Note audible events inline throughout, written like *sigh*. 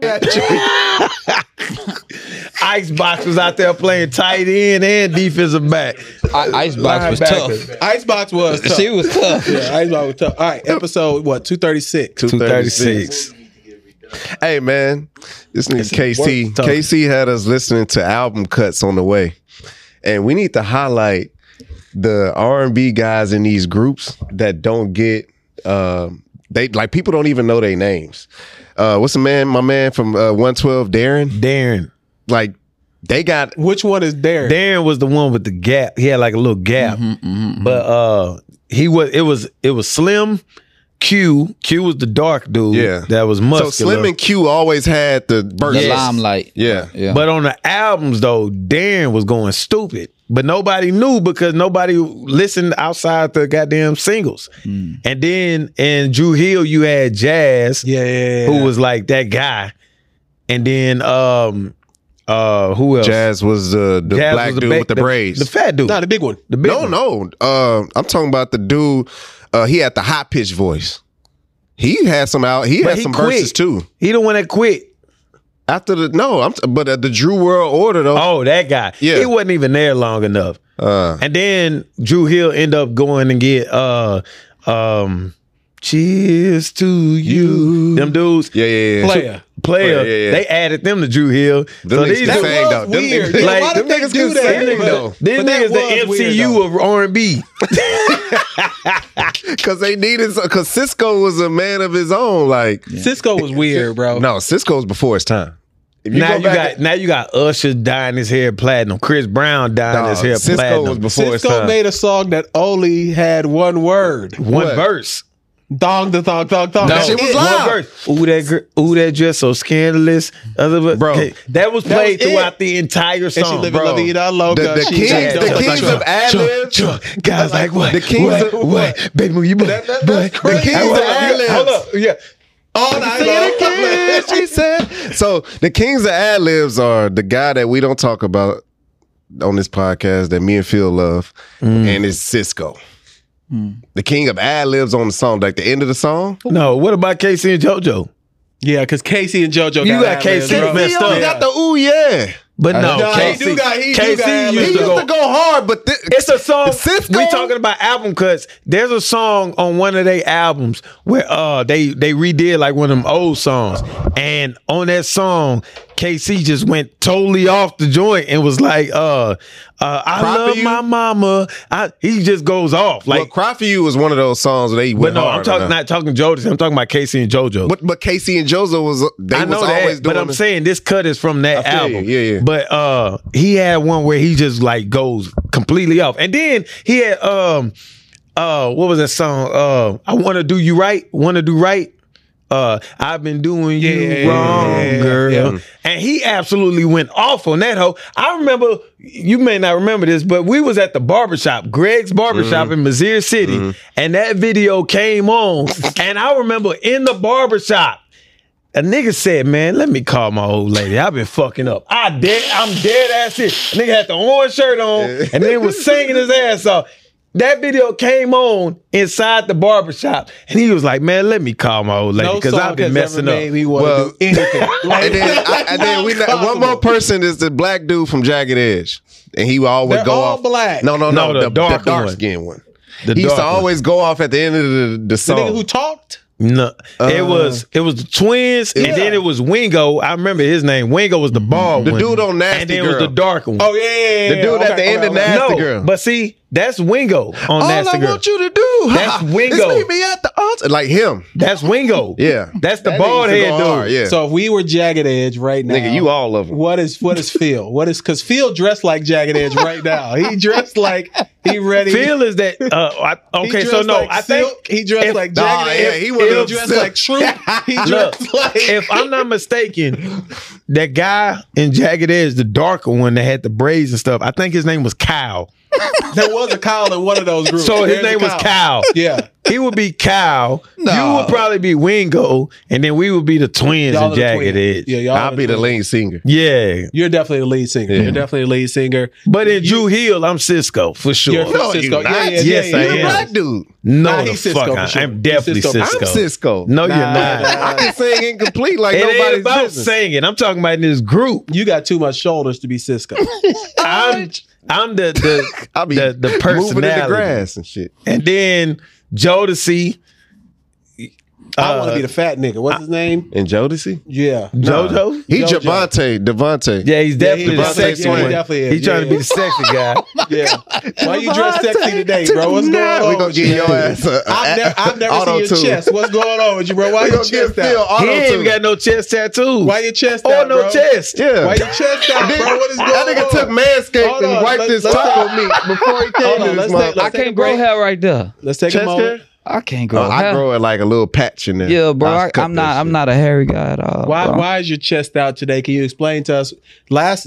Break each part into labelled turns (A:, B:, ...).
A: that trick. Icebox was out there playing tight end and defensive back.
B: I, Icebox was tough.
A: Linebacker.
C: Icebox was tough.
B: She was tough.
C: yeah, Icebox was tough. All right, episode what two thirty six.
A: 236.
D: Hey man, this nigga KC.
A: work talk.
D: KC had us listening to album cuts on the way, and we need to highlight the R and B guys in these groups that don't get. um they like people don't even know their names. Uh, what's the man? My man from uh, One Twelve, Darren.
A: Darren.
D: Like they got
C: Which one is there?
A: Darren was the one with the gap. He had like a little gap,
B: Mm-hmm,
A: but uh, he was it was it was Slim Q. Q was the dark dude.
D: Yeah.
A: that was muscular.
D: so Slim and Q always had the burst.
B: The limelight.
D: Yeah.
B: Yeah.
A: But on the albums though, Darren was going stupid. But nobody knew because nobody listened outside the goddamn singles.
D: Mm.
A: And then in Drew Hill, you had Jazz,
C: Yeah, yeah, yeah.
A: who was like that guy. And then um uh who else?
D: Jazz was uh, the
A: Jazz
D: black
A: was
D: dude
A: ba-
D: with the, braids.
A: The fat dude.
C: no the big one?
A: the big
D: No,
A: one.
D: no. Uh, I'm talking about the dude. Uh, he had the high pitched voice. He had some out. He
A: But
D: had
A: he
D: some
A: quit.
D: verses too.
A: He the one that quit.
D: After the no, I'm t- but uh, the Drew World Order though.
A: Oh, that guy.
D: Yeah.
A: He wasn't even there long enough.
D: Uh,
A: And then Drew Hill end up going and get uh um Cheers to you. Them dudes.
D: yeah, yeah, yeah. *laughs*
C: Player.
A: Player.
D: Player, yeah, yeah.
A: They added them to Drew Hill.
D: Them
A: so
D: niggas
A: these
D: can
A: dudes,
D: sing.
C: That
D: though.
C: was
D: Them
C: weird.
D: niggas-
C: Yeah,
A: Like,
C: why
A: them
C: did they
D: niggas
C: do
D: can
C: that?
D: sing,
C: But-
D: though.
A: these
C: but that
A: niggas the
C: was weird,
A: MCU
C: though.
A: of R and B.
D: Because they needed because Cisco was a man of his own. Like
C: Cisco
D: *laughs*
C: was weird, bro.
D: no, Cisco's before his time. If
A: Oh. Now
D: go
A: you
D: back
A: got now you got Usher dyeing his hair platinum. Chris Brown dyeing
D: Nah,
A: his hair
D: Cisco
A: platinum.
D: was before his
C: Cisco
D: time.
C: made a song that only had one word:
A: one
D: What?
A: verse.
C: dong, the thong, thong, thong.
D: No.
C: That shit
D: It was
C: was live.
D: loud.
A: One verse. Ooh that gr- ooh that dress so scandalous. Other
D: Bro.
A: that was
C: That
A: played
C: was it.
A: throughout the entire
C: And she
A: song,
C: living
A: bro.
C: La Vida Loca.
D: The- the
C: She
D: kings-
C: jacked
D: the
C: up like
D: kings
C: Trump.
D: of ad libs.
A: Guys like what?
D: The kings
A: what?
D: of-
A: what? Baby, you boy,
D: That- that-
A: boy,
D: that's crazy.
A: the kings
D: Hold
A: of
D: up,
A: ad libs.
D: hold up,
A: yeah.
C: All night long. *laughs*
D: again, she said. So the kings of ad libs are the guy that we don't talk about on this podcast that me and Phil love,
A: Mm.
D: and it's Cisco. The king of ad libs on the song, like the end of the song.
A: No, what about Casey and JoJo?
C: Yeah, because Casey and JoJo.
A: You got
C: ad libs,
A: Casey
C: bro.
A: messed
D: He
A: up.
D: got the ooh yeah.
A: But no,
B: No,
C: he
A: Casey,
C: do got- he do
A: Casey
C: got ad
A: used,
D: He
C: libs.
A: to go.
D: hard, but thi-
A: It's a song.
D: Cisco?
A: We talking about album cuts. There's a song on one of their albums where uh they they redid like one of them old songs, and on that song, KC just went totally off the joint and was like, uh, uh I
D: Proper
A: love
D: You?
A: my mama. I, he just goes off
D: like
A: like.
D: "Cry for You" was one of those songs where they
A: but
D: went
A: no,
D: hard.
A: I'm talking
D: on
A: not
D: that.
A: talking Jodeci. I'm talking about Casey and JoJo.
D: But but Casey and Joseph was they
A: I know
D: was always
A: that,
D: doing.
A: but I'm
D: the-
A: saying this cut is from that
D: I feel you,
A: album.
D: yeah, yeah.
A: But uh, he had one where he just like goes completely off, and then he had um, uh, what was that song? Uh, I want to do you right, want to do right. Uh, I've been doing you
C: Yeah,
A: wrong,
C: yeah,
A: girl.
C: yeah.
A: And he absolutely went off on that hoe. I remember, you may not remember this, but we was at the barbershop, Greg's barbershop
D: Mm-hmm.
A: in Mizzier City, and that video came
D: *laughs*
A: on. and I remember in the barbershop, a nigga said, man, let me call my old lady. I've been fucking up. I dead, I'm dead ass here. Nigga had the orange shirt on and they was singing his ass off. That video came on inside the barbershop and he was like, man, let me call my old lady
C: No
A: because
C: song
A: I've been
C: has
A: messing
C: ever
A: up.
C: made me wanna
D: Well-
C: do
D: *laughs*
C: anything. Like,
D: and then, I, and then we
C: Not
D: one more
C: possible.
D: person is the black dude from Jagged Edge, and he would always
C: They're
D: go
C: all
D: off.
C: black.
D: No, no, no,
A: No, the
D: the, dark,
A: dark
D: the dark
A: one.
D: skin one.
A: The
D: he used
A: dark
D: to
A: one.
D: always go off at the end of the, the
C: The nigga
D: song.
C: who talked.
A: No,
D: uh,
A: it was it was the twins, and then it was Wingo. I remember his name. Wingo was the bald
D: The
A: one.
D: dude on Nasty
A: and then it
D: Girl.
A: was the dark one.
C: Oh yeah, yeah, yeah,
D: The
C: yeah.
D: dude at
C: Okay,
D: the end
C: okay,
D: of
C: okay.
D: Nasty
A: no,
D: Girl.
A: but see, that's Wingo on
D: All
A: Nasty
D: I
A: Girl.
D: want you to do *laughs*
A: That's Wingo.
D: is meet me at the altar, like him.
A: That's Wingo.
D: Yeah,
A: that's the
D: That nigga
A: bald
D: used to
A: head
D: go
A: dude.
D: hard, Yeah,
C: So if we were Jagged Edge right now,
D: nigga, you all of them.
C: What is what is Phil? What is because Phil dressed like Jagged Edge right now. He dressed like he ready.
A: Phil is that uh, I,
C: *laughs* he
A: okay?
C: dressed
A: So no,
C: like
A: I think
C: Silk. he dressed
A: if-
C: like
D: Nah,
C: Jagged
D: yeah,
C: Edge.
D: he wanted
C: Phil
D: to
C: dressed
D: Silk.
C: like Truth.
D: *laughs*
C: He
A: Look,
C: dressed *laughs* like
A: if I'm not mistaken, that guy in Jagged Edge, the darker one that had the braids and stuff, I think his name was Kyle.
C: there was a Kyle in one of those groups.
A: So his
C: There's a
A: name was Kyle.
C: *laughs* Yeah,
A: He would be Kyle. You
B: No.
A: would probably be Wingo, and then we would be the twins
C: Y'all
A: and
C: are the
A: Jagged
C: twins.
A: Edge.
C: Yeah,
A: Yeah.
C: y'all.
D: I'll
C: are
D: be the
C: twins.
D: lead singer.
C: You're definitely the lead singer. You're definitely the lead singer.
A: But in Drew Hill, I'm Cisco for sure.
C: You're from
D: No, you
C: Cisco. Yeah,
D: not.
C: yeah,
A: Yes,
C: yeah,
A: I
D: You're
A: am.
C: yeah.
D: black dude.
A: no,
C: Nah,
A: the
C: he's Cisco
A: fuck,
C: for
A: I-
C: sure.
A: I'm definitely
C: He's
A: Cisco.
C: Cisco.
D: I'm Cisco.
A: No,
C: Nah,
A: you're not.
D: *laughs*
C: nah.
D: I can sing incomplete like
A: it ain't
D: nobody's
A: about
D: business.
A: singing. I'm talking about in this group.
C: You got too much shoulders to be Cisco.
A: I'm I'm the
D: *laughs*
A: the
D: I'll be
A: the, the
D: moving in the
A: personality,
D: grass and shit.
A: and then Jodeci.
C: I want
A: uh,
C: to be the fat nigga. What's his name?
D: And Jodeci,
C: Yeah.
A: JoJo.
D: he
C: Jojo.
D: Javante, Devontae.
A: Yeah, he's definitely
D: Devontae
A: the sexy
D: Swing.
A: one.
C: Definitely is.
A: He's
C: Yeah,
A: trying to be
C: yeah.
A: the sexy guy.
C: Yeah. Why you dress sexy today, bro? What's going
D: Nah,
C: on?
D: We gonna
C: with you?
D: get your ass. A, a,
C: I've, never, I've never seen your
D: auto-tune.
C: chest. What's going on with you, bro? Why
D: We
C: your
D: gonna get
C: chest
D: Phil
C: out?
A: He ain't even
D: auto
A: got no chest tattoos.
C: Why your chest
A: or
C: out,
A: Oh, no
C: bro?
A: chest.
D: Yeah.
C: Why your chest out,
D: Nigga,
C: bro? What is going
D: that nigga
C: on?
D: took
C: Hold
D: Manscaped
C: on,
D: and wiped
C: let-
D: his
C: let's-
D: taco meat before he
C: Hold
D: came
C: on,
D: to this
C: let's take-
D: motherfucker.
B: I
C: take a
B: can't grow
C: break.
B: hair right there.
C: Let's take a
D: Chest hair?
C: moment.
B: I can't grow
D: Oh, I
B: hair.
D: grow it like a little patch in there.
B: yeah, bro.
D: I'll
B: I,
D: cut
B: I'm
D: that
B: not. I'm
D: shit.
B: not a hairy guy at all.
C: Why
B: bro.
C: why is your chest out today? Can you explain to us? Last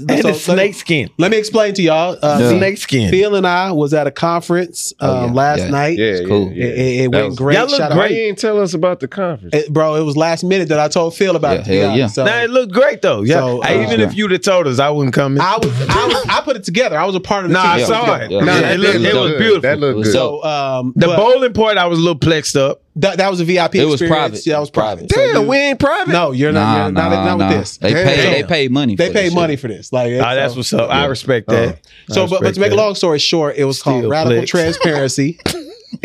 A: *laughs* And
C: so
A: it's
C: let me-
A: snake skin.
C: Let me explain to y'all. Uh,
B: Yeah.
C: Phil-
A: Snake skin.
C: Phil and I was at a conference um,
B: Oh, yeah,
C: last
B: yeah.
C: night.
D: Yeah,
B: It's cool.
D: yeah,
C: It,
D: yeah.
C: it- it
D: That
C: went
D: was-
C: great.
A: Y'all look
C: Shout out-
D: Why
A: great.
D: you ain't tell us about the conference.
C: It- bro, it was last minute that I told Phil about
B: Yeah,
C: it. to be
B: hell
C: honest.
B: yeah.
C: So
A: Now it looked great though. Yeah.
C: So,
A: Hey,
C: uh,
A: even
B: yeah.
A: if you'd have told us, I wouldn't come. In.
C: I was, I was, I put it together. I was a part of the
A: Nah, I
C: team.
B: Yeah,
A: saw
B: yeah,
A: it.
B: yeah.
A: Nah,
B: Yeah,
A: it looked,
B: it
A: it
B: was
A: was
D: good.
A: beautiful.
D: That looked
B: It was
D: good.
B: dope.
C: So, um,
A: the
C: but
A: bowling part, I was a little plexed up.
C: that, that was a VIP.
B: It was
C: experience.
B: private.
C: Yeah, that was private.
D: Damn,
C: So you-
D: we ain't private.
C: no, you're not.
B: Nah,
C: you're
B: nah,
C: not, not
B: nah.
C: with this.
B: They
D: Damn.
B: pay. They pay money.
C: They
B: for this
C: paid
B: shit.
C: money for this. Like,
A: Ah, that's
C: so-
A: what's up. I respect that.
C: So, but, but to make a *laughs* long story short, it was called
A: Still
C: Radical
A: clicks.
B: *laughs*
C: Transparency.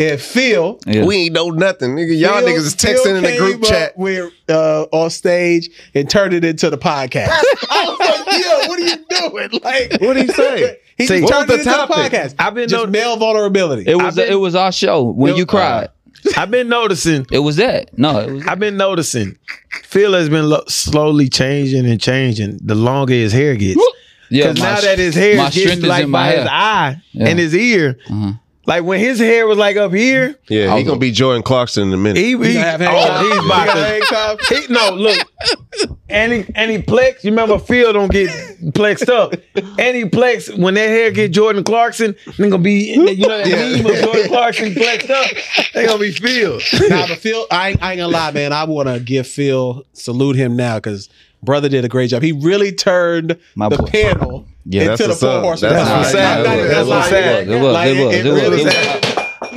C: and Phil,
B: Yeah.
D: We ain't know nothing, nigga. Y'all
C: Phil-
D: niggas is
C: Phil
D: texting in the
C: came
D: group
C: up
D: chat.
C: We're uh, on stage and turned it into the podcast. I was like, *laughs* yo, what are you doing? Like,
D: What did he say?
C: *laughs* He
A: See,
C: just
A: what
C: turned
D: was
C: it
D: the
C: into the
D: topic?
C: podcast.
A: I've been
C: just
A: no-
C: male vulnerability.
B: It was.
A: I've been-
B: it was our show when
A: It-
B: you cried.
A: I've been noticing.
B: It was that. No, it was.
A: I've been noticing. Phil has been lo- slowly changing and changing the longer his hair gets.
B: Yeah,
A: Because
B: my
A: now
B: sh-
A: that his hair
B: my
A: gets
B: strength is
A: like
B: in my
A: by his
B: hair.
A: eye
B: Yeah.
A: and his ear,
B: Mhm.
A: like when his hair was like up here,
D: Yeah,
B: I
D: he
B: was-
D: gonna be Jordan Clarkson in a minute.
A: he, he,
C: You gonna have hang time?
A: oh, he's
C: You
A: about
C: gonna
A: to-
C: hang time?
A: He, no, look. And he, and he plex. You remember Phil don't get plexed up. And he plex when that hair get Jordan Clarkson, they gonna be you know that meme of Jordan Clarkson plexed up. They gonna be Phil.
C: nah, but Phil, I, ain't- I ain't gonna lie, man. I want to give Phil salute him now because brother did a great job. He really turned
B: My
C: the
B: boy.
C: panel
B: Yeah,
D: that's
C: into the
D: what's
C: poor
D: up.
C: horse.
D: That's
C: Nah,
D: what's
C: nah,
D: up.
C: I'm not even
D: That's
C: gonna
D: what's
C: lie.
D: up.
B: It was, it was,
C: it
B: it was,
C: really
B: it was.
C: sad. God,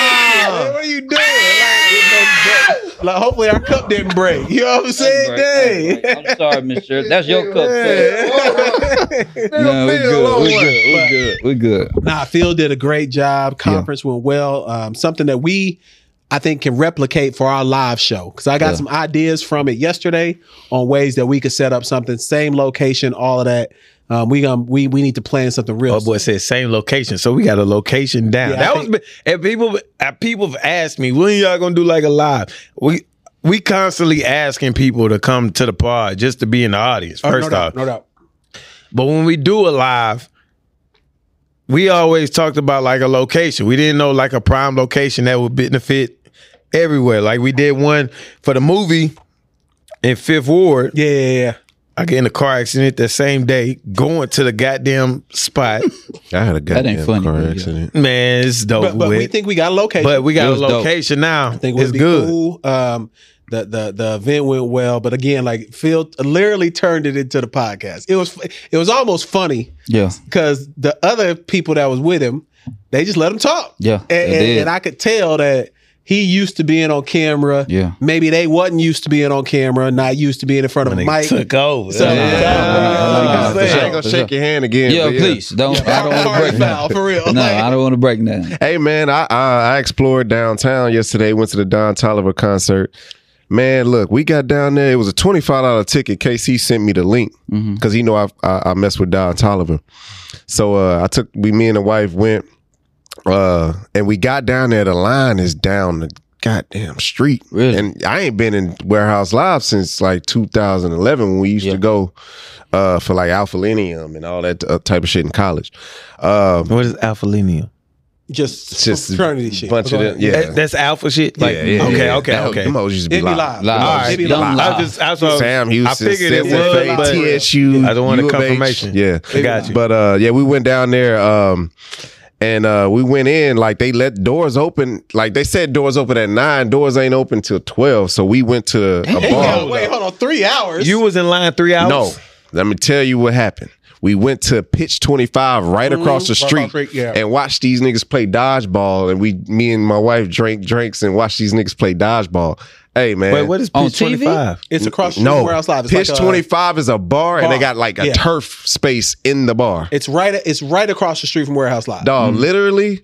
C: man, what are you doing? Like, it's no joke. Like, hopefully our cup didn't break. You know what I'm saying? Dang. *laughs*
B: I'm sorry, Mister. That's your cup.
D: Phil,
B: No, we
D: oh,
B: good. We
D: what?
B: good. We good. We good.
C: Nah, Phil did a great job. Conference went well. Um, something that we, I think, can replicate for our live show because I got
B: Yeah.
C: some ideas from it yesterday on ways that we could set up something, same location, all of that. Um, we um, we we need to plan something real.
A: Oh boy, it said same location, so we got a location down.
C: Yeah, I
A: that was
C: think-
A: and people and people have asked me when y'all gonna do like a live. We we constantly asking people to come to the pod just to be in the audience.
C: Oh,
A: First
C: no
A: off,
C: doubt, no doubt.
A: But when we do a live, we always talked about like a location. We didn't know like a prime location that would benefit everywhere. Like we did one for the movie in Fifth Ward.
C: Yeah, yeah, yeah.
A: I get in a car accident that same day, going to the goddamn spot. *laughs*
D: I had a
B: ain't
D: goddamn
B: funny,
D: car
B: but yeah.
D: accident.
A: Man, it's dope.
C: But, but we think we got a location.
A: but we
B: It
A: got a
B: was dope.
A: location now.
C: I think it would
A: it's
C: be
A: good.
C: cool. Um, the the the event went well, but again, like Phil literally turned it into the podcast. It was it was almost funny
B: Yeah.
C: because the other people that was with him, they just let him talk.
B: Yeah,
C: and,
B: they
C: and-
B: did.
C: and I could tell that he used to being on camera.
B: Yeah.
C: maybe they wasn't used to being on camera, not used to being in front of a
A: They
C: mic.
A: took over. That's
C: So-
A: what I'm talking
B: Yeah.
A: about. Like I
D: I
A: said,
D: ain't gonna
B: For
D: shake your hand again.
B: Yeah,
D: but
B: please don't. I don't want to
C: *laughs* Hard
B: break
C: foul,
B: down. *laughs*
C: for real.
B: No,
C: Like,
B: I don't want to break down.
D: Hey man, I, I I explored downtown yesterday. Went to the Don Tolliver concert. Man, look, we got down there. It was a twenty five dollar ticket. KC sent me the link
B: Mm-hmm.
D: because he know I, I I mess with Don Tolliver. So uh, I took we me and the wife went, uh, and we got down there. The line is down the goddamn street.
B: Really?
D: And I ain't been in Warehouse Live since like 2011 when we used
B: Yeah.
D: to go uh, for like Alphalinium and all that uh, type of shit in college. Um,
A: What is alpha lineal?
C: just
D: just a
C: fraternity shit.
D: bunch
C: Go
D: of them.
C: ahead.
D: Yeah.
A: That's alpha shit. Like,
D: yeah, yeah,
A: okay,
D: yeah.
A: okay,
D: That-
A: okay.
D: Them hoes used to be
C: It'd be
D: live.
C: live.
B: Live.
A: All right.
C: It'd be
B: Dumb
C: live.
A: I
B: live.
A: was just that's what I was-
D: Sam Houston,
A: I figured it
D: Santa
A: was,
D: Fe,
A: but
D: TSU.
A: I don't want
D: U
A: to
D: of H.
A: confirmation.
D: Yeah,
A: I got you.
D: But uh, yeah, we went down there. Um, And uh, we went in like they let doors open. Like they said, doors open at nine. Doors ain't open till twelve. So we went to a bar.
C: Yeah, wait, hold on. Three hours.
A: You was in line three hours.
D: No, let me tell you what happened. We went to Pitch 25 right across the
C: Mm-hmm. across
D: street
C: the street, yeah.
D: and watched these niggas play dodgeball. And we, me and my wife, drank drinks and watched these niggas play dodgeball. Hey man,
A: Wait, what is
B: On
A: pitch
B: TV?
A: twenty five?
C: it's across the street
D: no
C: from where I was live. It's
D: Pitch
C: like uh, a-
D: 25 is a bar, and they
C: bar.
D: got like a
C: Yeah.
D: turf space in the bar.
C: It's right. It's right across the street from Warehouse Live.
D: Dog, literally,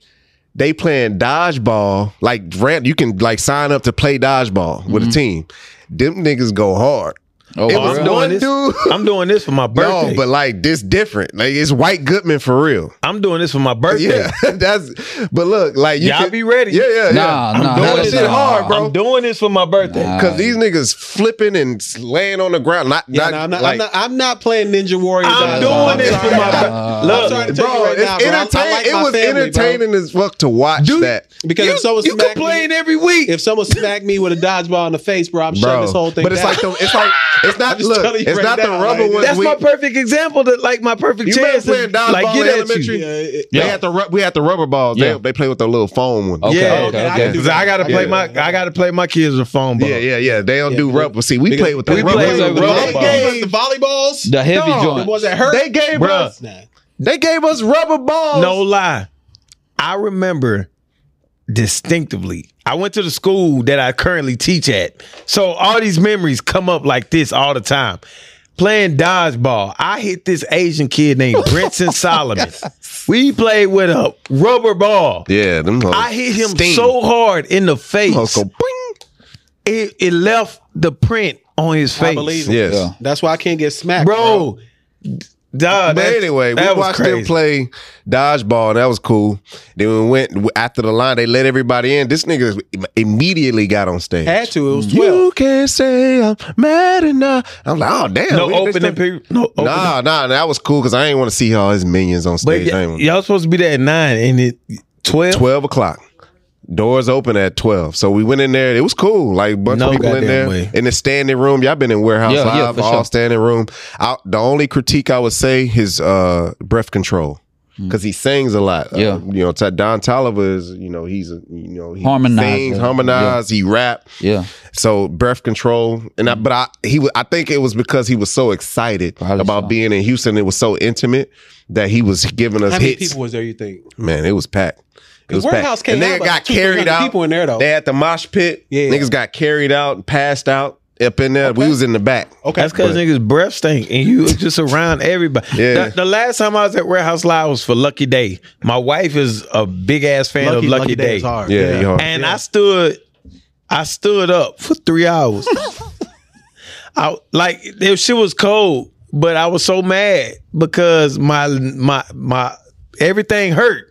D: they playing dodgeball. Like ran, you can like sign up to play dodgeball with a
C: Mm-hmm.
D: team. Them niggas go hard.
B: Oh,
D: it was
A: I'm
D: one
A: doing this.
D: dude.
A: I'm doing this for my birthday.
D: No, but like this different. Like it's White Goodman for real. *laughs*
A: I'm doing this for my birthday.
D: Yeah, *laughs* that's. But look, like you
A: Y'all
D: can-
A: be ready.
D: Yeah, yeah, yeah.
B: Nah, nah,
D: doing
B: nah,
D: this shit
B: nah.
D: hard, bro.
A: I'm doing this for my birthday.
B: Nah.
D: Cause these niggas flipping and laying on the ground. Not,
C: Yeah,
D: not,
C: no, I'm, not,
D: like,
C: I'm, not, I'm not playing Ninja Warriors.
A: I'm
C: dodgeball.
A: doing
B: I'm
A: this for
C: sorry.
A: my
B: Uh,
A: birthday.
C: I'm
A: Look,
C: sorry to tell you
D: Bro,
C: right
D: it's
C: now, bro. I- I
D: entertain-
C: like
D: it
C: my
D: was
C: family, bro.
D: entertaining as fuck to watch that.
C: *laughs* Because if someone
A: you
C: smack
A: complain
C: me,
A: every week.
C: if someone smacked me with a dodgeball in the face, bro, I'm shutting this whole thing.
D: but it's
C: down.
D: like the, it's like it's not
C: just
D: look,
C: telling you
D: it's
C: right
D: not
C: now,
D: the rubber
C: like,
D: ones.
A: That's
D: we,
A: my perfect example. That like my perfect
D: you remember
A: chance.
D: playing
A: is,
D: dodgeball
A: like get
D: in
A: at
D: elementary?
A: you.
C: *laughs* Yeah, Oh, it-
D: They
B: Yeah.
D: had the ru- we had the rubber balls.
B: Yeah.
D: They, they play with the little foam one.
B: Okay,
A: Yeah,
B: okay,
C: I can
B: okay.
C: do
A: 'Cause I gotta play
D: Yeah.
A: my I gotta play my kids with a phone ball.
D: Yeah, yeah, yeah. They don't
C: Yeah,
D: do
C: we-
D: rubber. See, we
C: because
D: played with the
A: we
D: rubber.
A: played with
D: balls.
A: rubber
D: They
A: balls.
D: gave-
C: the volleyballs.
B: The heavy
D: Dog,
B: joint.
C: the ones that hurt.
D: They gave
A: Bruh.
D: us
C: Nah.
D: they gave us rubber balls.
A: No lie. I remember distinctively. I went to the school that I currently teach at. So all these memories come up like this all the time. Playing dodgeball, I hit this Asian kid named
D: *laughs*
A: Brinson Solomon. We played with a rubber ball.
D: Yeah, them. hoes
A: I hit him
D: sting.
A: so hard in the face,
D: Hoes go boing.
A: it, it left the print on his face.
C: believe it.
D: Yes.
B: Yeah.
A: Uh,
C: That's why I can't get smacked, bro.
A: bro. Duh,
D: But
A: that-
D: anyway, we
A: that was
D: watched them
A: crazy.
D: play dodgeball, and that was cool. Then we went after the line. They let everybody in. This nigga immediately got on stage.
C: Had to. It was twelve.
D: You can't say I'm mad enough. I'm like, oh damn.
A: No
D: we- they
A: opening
D: still-
A: period. No opening.
D: Nah, nah, that was cool because I didn't want to see all his minions on
A: But
D: stage. I
A: y-
D: ain't wanna-
A: y'all supposed to be there at nine, and it twelve.
D: Twelve o'clock. Doors open at twelve, so we went in there. It was cool, like a bunch
A: No
D: of people in
A: goddamn
D: there
A: way.
D: in the standing room. Y'all been in warehouse
B: Yeah, yeah,
D: live,
B: for
D: all
B: sure.
D: standing room. I, the only critique I would say is uh, breath control because he sings a lot. Uh,
B: Mm. Yeah.
D: you know, T- Don Tolliver is you know he's a you know he
B: Harmonizer.
D: sings, harmonize, he rap.
B: Yeah.
D: So breath control, and I, but I he was, I think it was because he was so excited
B: Probably
D: about
B: so.
D: being in Houston. It was so intimate that he was giving us
C: How many
D: hits.
C: people was there? You think?
D: Man, it was packed. It was
C: Warehouse
D: packed.
C: can't
D: And
C: have
D: nigga
C: like
D: got
C: 200
D: carried out.
C: people in there though.
D: They at the mosh pit.
C: Yeah.
D: Niggas got carried out and passed out up in there. We was in the back.
C: okay.
A: That's because
D: But-
A: niggas breath stink, and you *laughs* was just around everybody.
D: Yeah.
A: The, the last time I was at Warehouse Live was for Lucky Day. My wife is a big ass fan of
C: Lucky,
A: Lucky,
C: Lucky
A: Day,
C: Day is hard.
D: Yeah, he hard.
A: and I stood, I stood up for three hours. I like if shit was cold, but I was so mad because my my my everything hurt.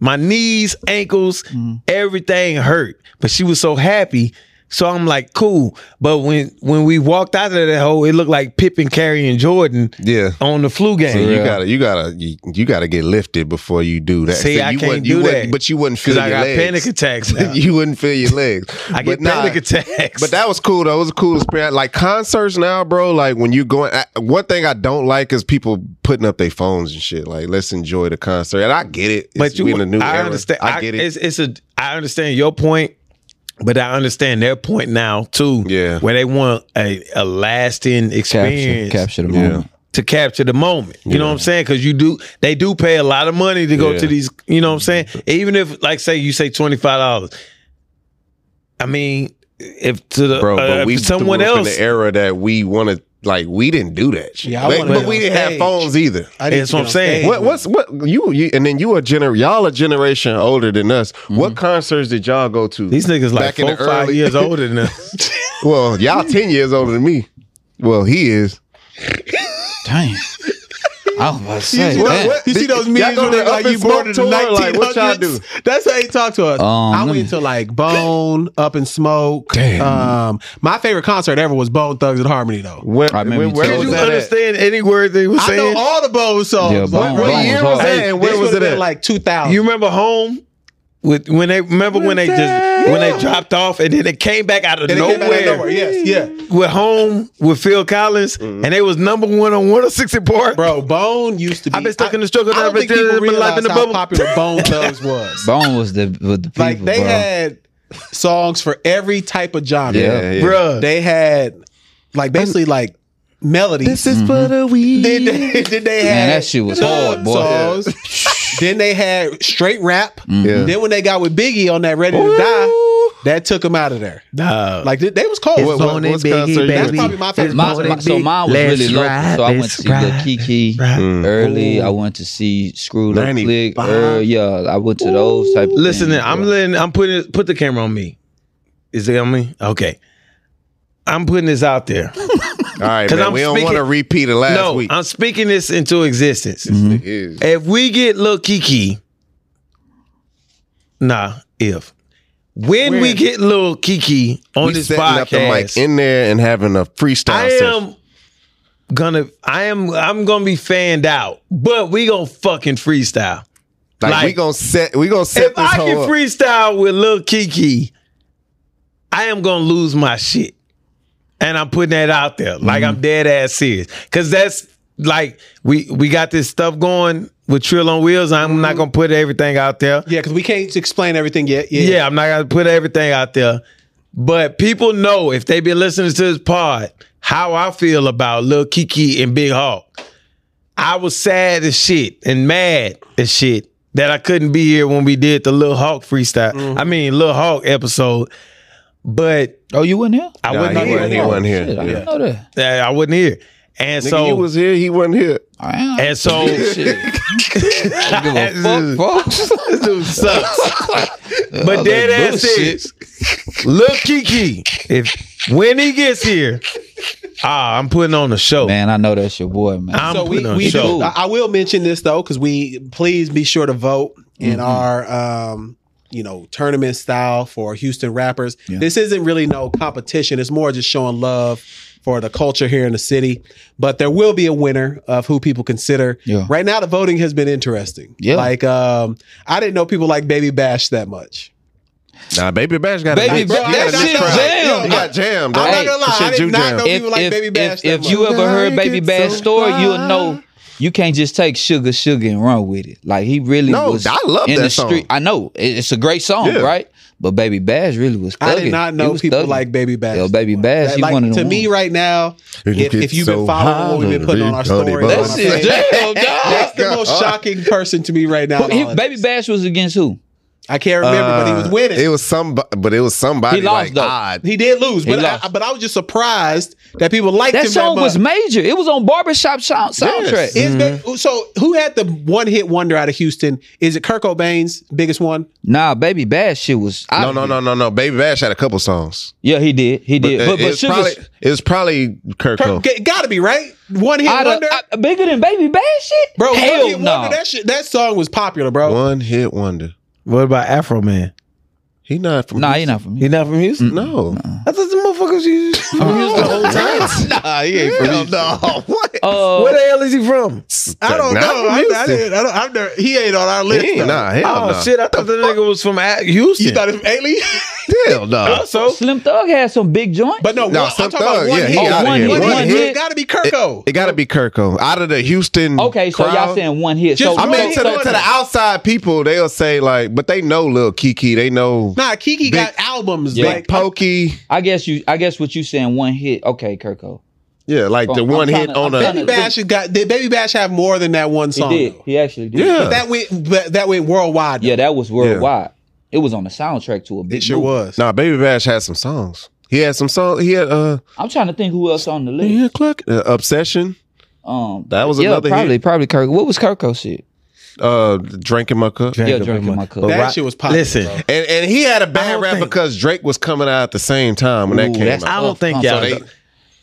A: My knees, ankles, everything hurt. But she was so happy. So I'm like, cool. But when when we walked out of that hole, it looked like Pippen carrying Jordan
D: Yeah.
A: on the flu game.
D: You gotta, you gotta, you, you gotta get lifted before you do that.
A: See,
D: So
A: I
D: you
A: can't
D: wouldn't-
A: do
D: you wouldn't-
A: that.
D: But you wouldn't feel
A: Because
D: your
A: I got
D: legs. *laughs*
A: panic attacks. now.
D: you wouldn't feel your legs.
A: I
D: But
A: get
D: nah,
A: panic attacks.
D: But that was cool. though. It was a cool experience. Like concerts now, bro. Like when you going, I, one thing I don't like is people putting up their phones and shit. Like let's enjoy the concert. And I get it.
A: but
D: It's-
A: you,
D: we in a new
A: I
D: era.
A: understand.
D: I get it.
A: It's, it's a. I understand your point, but I understand their point now too.
D: Yeah.
A: where they want a, a lasting
B: Capture,
A: experience
B: capture the
D: Yeah.
B: moment.
A: to capture the moment. You know what I'm saying? Because you do, they do pay a lot of money to go
D: Yeah.
A: to these. You know what I'm saying? Even if, like, say you say twenty five dollars. I mean, if to the
D: bro.
A: uh,
D: but
A: if
D: we
A: someone
D: grew up in
A: else.
D: the era that we wanted, like we didn't do that. Shit.
C: Yeah, I
D: Like,
C: wanna
D: but
C: get
D: we
C: on
D: didn't have
C: stage.
D: phones either.
C: I need
A: That's
C: to
A: what
C: get
A: I'm
C: on
A: saying.
C: stage.
D: What, what's what you, you and then you a gener y'all a generation older than us. What concerts did y'all go to?
A: Mm-hmm. these niggas like
D: back in
A: four,
D: the
A: five
D: early- *laughs*
A: years older than us.
D: well, y'all ten years older than me. Well, he is.
B: Damn. I was about to say,
D: What-
B: damn.
D: what-
C: You see
D: Did-
C: those
D: y'all
C: memes
D: go
C: where
D: to
C: they
D: Up
C: like
D: in
C: you
D: Smoke
C: born in the
D: tour? Like,
C: 1900s?
D: what y'all do?
C: That's how they talk to us.
B: Um,
C: I
B: let
C: went
B: me-
C: to like Bone, Up in Smoke.
D: Damn.
C: Um, my favorite concert ever was Bone Thugs and Harmony though.
D: When,
B: I remember
D: when-
B: you
D: where
B: told
A: Did *laughs* you
D: was
B: me.
D: that at?
A: understand any word they were
C: I know
A: saying?
C: all the Bone songs.
B: Yeah,
C: but-
B: Bone-
D: What
B: Bone
D: year
B: hard.
D: was that? And
C: This
D: where was
C: would've
D: it
C: been
D: at?
C: Like 2000.
A: You remember home with when they remember when they just when they dropped off, and then it came back out of
C: And it
A: nowhere.
C: came out of nowhere. Yes, yeah.
A: With home with Phil Collins, and they was number one on 106 and Park.
C: Bro, Bone used to be.
A: I've been stuck in the struggle
C: I don't
A: ever
C: think
A: since
C: people
A: my life
C: realize
A: in the
C: how
A: bubble.
C: popular Bone Thugs was.
B: Bone was the with the people,
C: like they
B: bro.
C: had songs for every type of genre.
D: Yeah, yeah.
A: Bruh.
C: They had like basically like melodies.
D: is for the weed.
C: then they, *laughs* then they
B: Man,
C: had
B: that shit was
C: love
B: hard, boy.
D: *laughs*
C: songs. then they had straight rap.
B: Mm-hmm.
D: Yeah.
C: Then when they got with Biggie on that Ready to Die, that took them out of there.
A: Dog.
C: Like they, they was cold.
D: What- what- what's concert
C: That's
D: you-
C: probably my favorite.
B: My, my, so mine was
A: Let's
B: really local.
A: ride,
B: so I went to
A: let's
B: see Lil
A: ride,
B: Kiki
A: ride.
D: Mm.
B: early. I went to see Screw Lil Click.
D: 95.
B: er, yeah, I went to those type. Of
A: Listen,
B: things,
A: I'm
B: bro.
A: letting I'm putting put the camera on me. Is it on me? Okay. I'm putting this out there.
D: All right,
A: 'Cause
D: man.
A: I'm
D: we don't want to
A: speaking-
D: repeat it last
A: no,
D: week.
A: I'm speaking this into existence.
B: Mm-hmm.
D: Yeah.
A: If we get Lil Kiki, nah, if when we
C: When?
A: get Lil Kiki on
D: We
A: this
D: setting up the mic
A: podcast,
D: in there and having a freestyle
A: I
D: session.
A: am gonna I am I'm gonna be fanned out, but we gonna fucking freestyle.
D: Like, we
A: Like-
D: gonna set, we gonna set
A: If
D: this
A: I
D: whole
A: can
D: up.
A: freestyle with Lil Kiki, I am gonna lose my shit. And I'm putting that out there. Like
D: Mm-hmm.
A: I'm dead ass serious. Cause that's like we we got this stuff going with Trill on Wheels. I'm
D: Mm-hmm.
A: not gonna put everything out there.
C: Yeah, because we can't explain everything yet. Yeah,
A: Yeah. I'm not gonna put everything out there. But people know if they've been listening to this pod, how I feel about Lil Kiki and Big Hawk. I was sad as shit and mad as shit that I couldn't be here when we did the Lil Hawk freestyle. I mean Lil Hawk episode. But
B: Oh, you wasn't here?
A: I
D: Nah,
A: wasn't
D: he
A: here.
D: wasn't here. wasn't here.
B: Shit, I
D: Yeah.
B: didn't know that.
A: Uh, I wasn't here. And
D: Nigga,
A: so *laughs*
D: you was here, he wasn't here.
B: I am.
A: and so
B: Shit.
A: *laughs*
B: I don't give a fuck, folks.
A: this dude sucks. but dead ass
B: bullshit.
A: serious. Look, Kiki, if when he gets here, ah, I'm putting on a show.
B: Man, I know that's your boy, man.
A: I'm
C: So we,
A: putting on
C: we
A: a show.
C: do. I I will mention this though, because we please be sure to vote
A: Mm-hmm.
C: in our um, you know tournament style for Houston rappers.
B: Yeah.
C: This isn't really no competition. It's more just showing love for the culture here in the city. But there will be a winner of who people consider.
B: Yeah.
C: Right now, the voting has been interesting.
B: Yeah.
C: Like um, I didn't know people like Baby Bash that much.
D: Nah, baby bash got
B: Baby
D: a nice
B: Bash- that
D: crowd. He got a nice
B: shit
D: crowd.
B: jammed.
D: He got jammed. dog.
C: I'm not gonna
D: That
C: lie, I
D: shit
C: did
D: you
C: not
D: jammed.
C: know people like Baby Bash.
B: if,
C: that
B: if you
C: much.
B: ever heard
D: Like
B: Baby
D: it's
B: Bash
D: so
B: story, you'll
D: fly.
B: know you can't just take Sugar Sugar and run with it. Like he really
D: No,
B: was.
D: I love
B: in
D: that
B: the
D: song.
B: street. I know it- it's a great song,
D: Yeah.
B: right? But Baby Bash really was. Thugging.
C: I did not
B: He
C: know
B: was
C: people
B: thugging.
C: like Baby Bash.
B: Yo, Baby Bash,
C: That,
B: he
C: like,
B: one of the
C: to me
B: ones.
C: right now,
D: If you
C: if,
D: get
C: if you've
D: so
C: been following what
D: high,
C: we've been putting on our
D: read Johnny
C: stories,
D: Bone.
C: on
B: That
C: our
B: shit's
C: page,
B: jail, dog.
C: *laughs* that's the most shocking person to me right now. uh,
B: But he-
C: Lon.
B: Baby Bash was against who?
C: I can't remember, but he was
D: Uh,
C: winning.
D: It was some, but it was somebody
B: He lost,
D: like
B: though.
D: odd.
C: he did lose,
B: He
C: but I,
B: lost.
C: but I was just surprised that people liked
B: That
C: him
B: song
C: that
B: was
C: much.
B: major. It was on Barbershop sound- soundtrack.
C: Is
D: Mm-hmm.
C: Ba- so who had the one hit wonder out of Houston? Is it Kirk Cobain's biggest one?
B: Nah, Baby Bash shit was.
D: No, no, no, no, no. Baby Bash had a couple songs.
B: Yeah, he did. He did. But, but,
D: it's
B: Sugar.
D: probably it's probably Kirko.
C: Kirk, g- gotta be right. One hit
B: Outta-
C: wonder,
B: I- bigger than Baby Bash shit?
C: bro.
B: Hell
C: one hit
B: no.
C: wonder. That shit, that song was popular, bro.
D: One hit wonder.
A: What about Afro Man?
D: He not from.
B: Nah, he not from
A: He
B: me.
A: not from Houston?
D: No.
A: I thought the motherfuckers *laughs* used from Houston the whole time.
D: *laughs* Nah, he ain't from.
B: *laughs*
D: Houston. No, what?
B: Uh,
A: Where the hell is he from?
C: I don't
D: Not
C: know.
D: from
C: I, I
D: Houston.
C: didn't. I don't, I've never, he ain't on our
D: He
C: list.
D: ain't,
C: though.
D: nah, hell
A: oh
D: no.
A: shit, I thought the nigga was from a- Houston.
C: You thought it's alien?
D: *laughs* Hell no.
A: also,
B: Slim Thug had some big joints.
C: But no,
D: No,
C: one, I'm
D: Slim
C: talking about
D: Thug,
C: one
D: yeah,
C: hit.
D: he
B: outta
C: one
B: here. One
C: hit. One
B: hit.
C: hit. Got to be Kirko.
D: It got to be Kirko. Out of the Houston.
B: okay, so y'all
D: crowd,
B: saying one hit.
C: Just
B: so,
D: I
C: one
D: mean,
C: hit
D: to the, to the outside people, they'll say like, but they know Lil Kiki. They know
C: nah, Kiki got albums.
D: Big
C: Like,
D: Pokey.
B: I guess you. I guess what you saying one hit. Okay, Kirko.
D: Yeah, like the
B: I'm
D: one
B: tryna-
D: hit
B: I'm
D: on
B: tryna-
D: the.
C: Baby Bash has got. Did Baby Bash have more than that one
B: He
C: song?
B: did.
C: though?
B: He actually did.
D: Yeah.
C: That went. but That went worldwide. though.
B: Yeah, that was worldwide. It was on the soundtrack to a big.
C: it sure
B: movie.
C: was.
D: Nah, Baby Bash had some songs. He had some songs. He had uh,
B: I'm trying to think who else on the
D: he
B: list.
D: had Cluck, uh Obsession,
B: Um,
D: That was
B: yeah,
D: another
B: probably
D: hit.
B: probably Kirk. What was Kirko shit?
D: uh, Drinking My Cup.
B: Yeah, drinking my cup.
A: But
C: That
A: Rock-
C: shit was popular,
A: Listen,
C: bro.
D: And and he had a bad
A: don't
D: rap
A: think-
D: because Drake was coming out at the same time when
B: Ooh,
D: that came
B: that's-
D: out.
A: I don't think
B: Um,
A: y'all.
B: so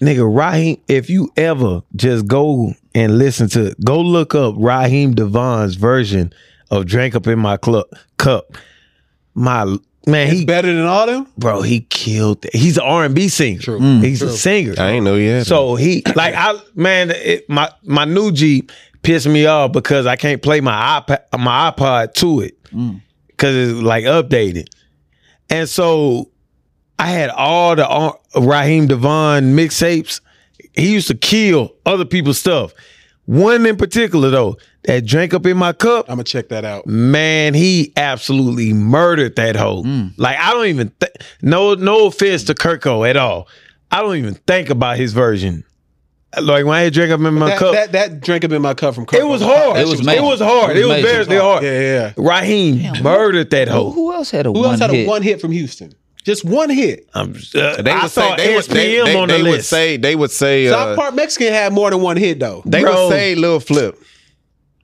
D: they-
A: nigga, Raheem, if you ever just go and listen to, go look up Raheem Devon's version of "Drank Up in My Club Cup." My man,
C: It's
A: he
C: better than all them.
A: bro, he killed. It. He's an R and B singer. True. He's a singer.
D: I ain't know he had. it.
A: So he like I man, it, my my new Jeep pissed me off because I can't play my iPad my iPod to it because it's like updated. And so I had all the Ar- Raheem Devon mixtapes. He used to kill other people's stuff. One in particular, though, that drank up in my cup.
C: I'm gonna check that out.
A: Man, he absolutely murdered that hoe.
D: Mm.
A: Like I don't even th- no no offense to Kirko at all. I don't even think about his version. Like when I had drink up in my
C: That,
A: cup,
C: that that drink up in my cup from
A: it was hard. It was,
B: major.
A: hard. It was,
B: major.
A: very hard.
C: Yeah, yeah.
A: Raheem murdered that
B: Who,
A: hoe.
B: who else had a
C: Who
B: one
C: else had
B: hit?
C: a one hit from Houston? Just one hit.
A: I'm, uh,
D: They
A: I
D: would
A: saw
D: say they would,
A: SPM
D: they, they,
A: on the
D: they would
A: list.
D: say they would say
C: South
D: uh,
C: Park Mexican had more than one hit though.
D: they
A: Bro.
D: would say Lil Flip.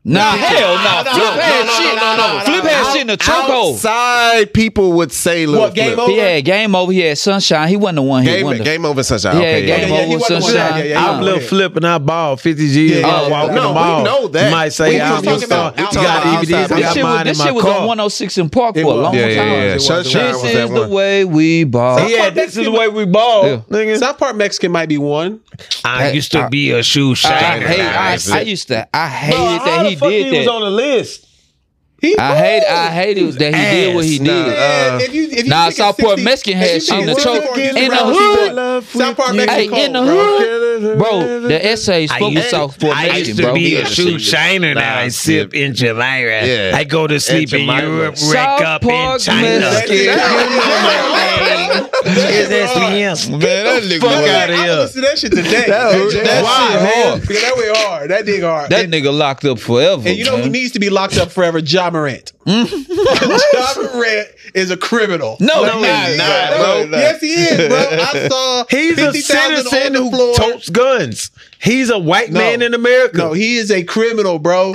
B: Nah, hell nah.
D: no,
B: Flip
D: no,
B: had
D: no,
B: shit.
D: no, no, no,
B: Flip had shit in the chokehold.
D: Outside people would say Lil
C: What, game
D: Flip.
C: over?
B: He had game over. He had sunshine. He wasn't the one hit
D: Game,
B: wonder.
D: game over sunshine.
B: Yeah,
D: okay,
B: game
D: yeah.
C: yeah, he
B: over
C: wasn't the one that-
B: sunshine.
C: yeah, yeah,
A: I
C: yeah.
B: Uh,
A: flip, flip, and I ball 50 G's
C: Yeah,
A: while
C: yeah,
A: walking
C: yeah.
A: the
D: No, we
A: mall.
D: know that.
A: You might say,
D: We
A: I'm
D: just
A: just
D: talking about
A: You got
D: outside,
A: DVDs. I
D: outside.
B: This
A: got
B: shit, was,
A: mine
B: this
A: in my
B: shit was
A: car.
B: on 106 in Parkway a
C: was.
B: long
D: Yeah,
B: time.
D: yeah, yeah.
C: It was the
D: Sunshine
B: This
D: was that
B: is the
D: one.
B: way we ball.
C: South
A: Yeah,
C: Park
A: this is the
C: Mexican-
A: way we ball,
B: Yeah.
A: nigga.
C: South Park Mexican might be one.
A: I used to be a shoe
B: I, hate, I,
D: Nice.
B: I used to. I hated
A: Bro, how
B: that
A: the
B: he
A: fuck he
B: did
A: was
B: that.
A: on the list.
B: I hate. I hated that he did what he
D: ass, nah.
B: did.
C: Man,
D: Uh,
C: if you, if you
B: nah,
C: think it's
B: South Park
C: 60
B: Mexican
C: if you
B: had
C: think
B: shit in the
C: it's
B: choke.
C: 60
B: In
C: around
B: the
C: people,
B: hood.
C: South Park Mexican
B: Hey, in the
C: cold, bro.
B: hood, bro. The essays fuck with South Park
A: I used
B: Mexican,
A: to
B: bro.
A: be a
D: Yeah,
A: shoe
D: shit.
A: shiner
D: Nah,
A: now. I
D: shit.
A: sip in Jamaica.
D: Yeah.
A: I go to sleep in
D: Jamaica.
A: Europe, wreck
B: South
A: up
B: Park
A: in China.
B: Mexican.
A: Is SPM.
D: Man, that nigga
A: fuck
D: was-
A: outta
C: I
A: here.
C: listened to that shit today.
D: was- that
C: wow,
A: shit
C: man.
A: hard.
C: Because that went hard. That dig hard.
B: That
C: and,
B: nigga locked up forever.
C: and you know who
B: man.
C: needs to be locked up forever? Ja
B: *laughs*
C: Morant. *laughs* ja Morant is a criminal.
B: Mm. No,
C: Like,
B: no,
C: yes,
B: nah,
C: he is,
D: bro, nah.
C: Yes, he is,
B: *laughs*
C: bro. I saw
A: He's a
C: 50,000 on
A: citizen
C: the
A: who
C: floor.
A: totes guns. He's a white
C: No.
A: man in America.
C: No, he is a criminal, bro.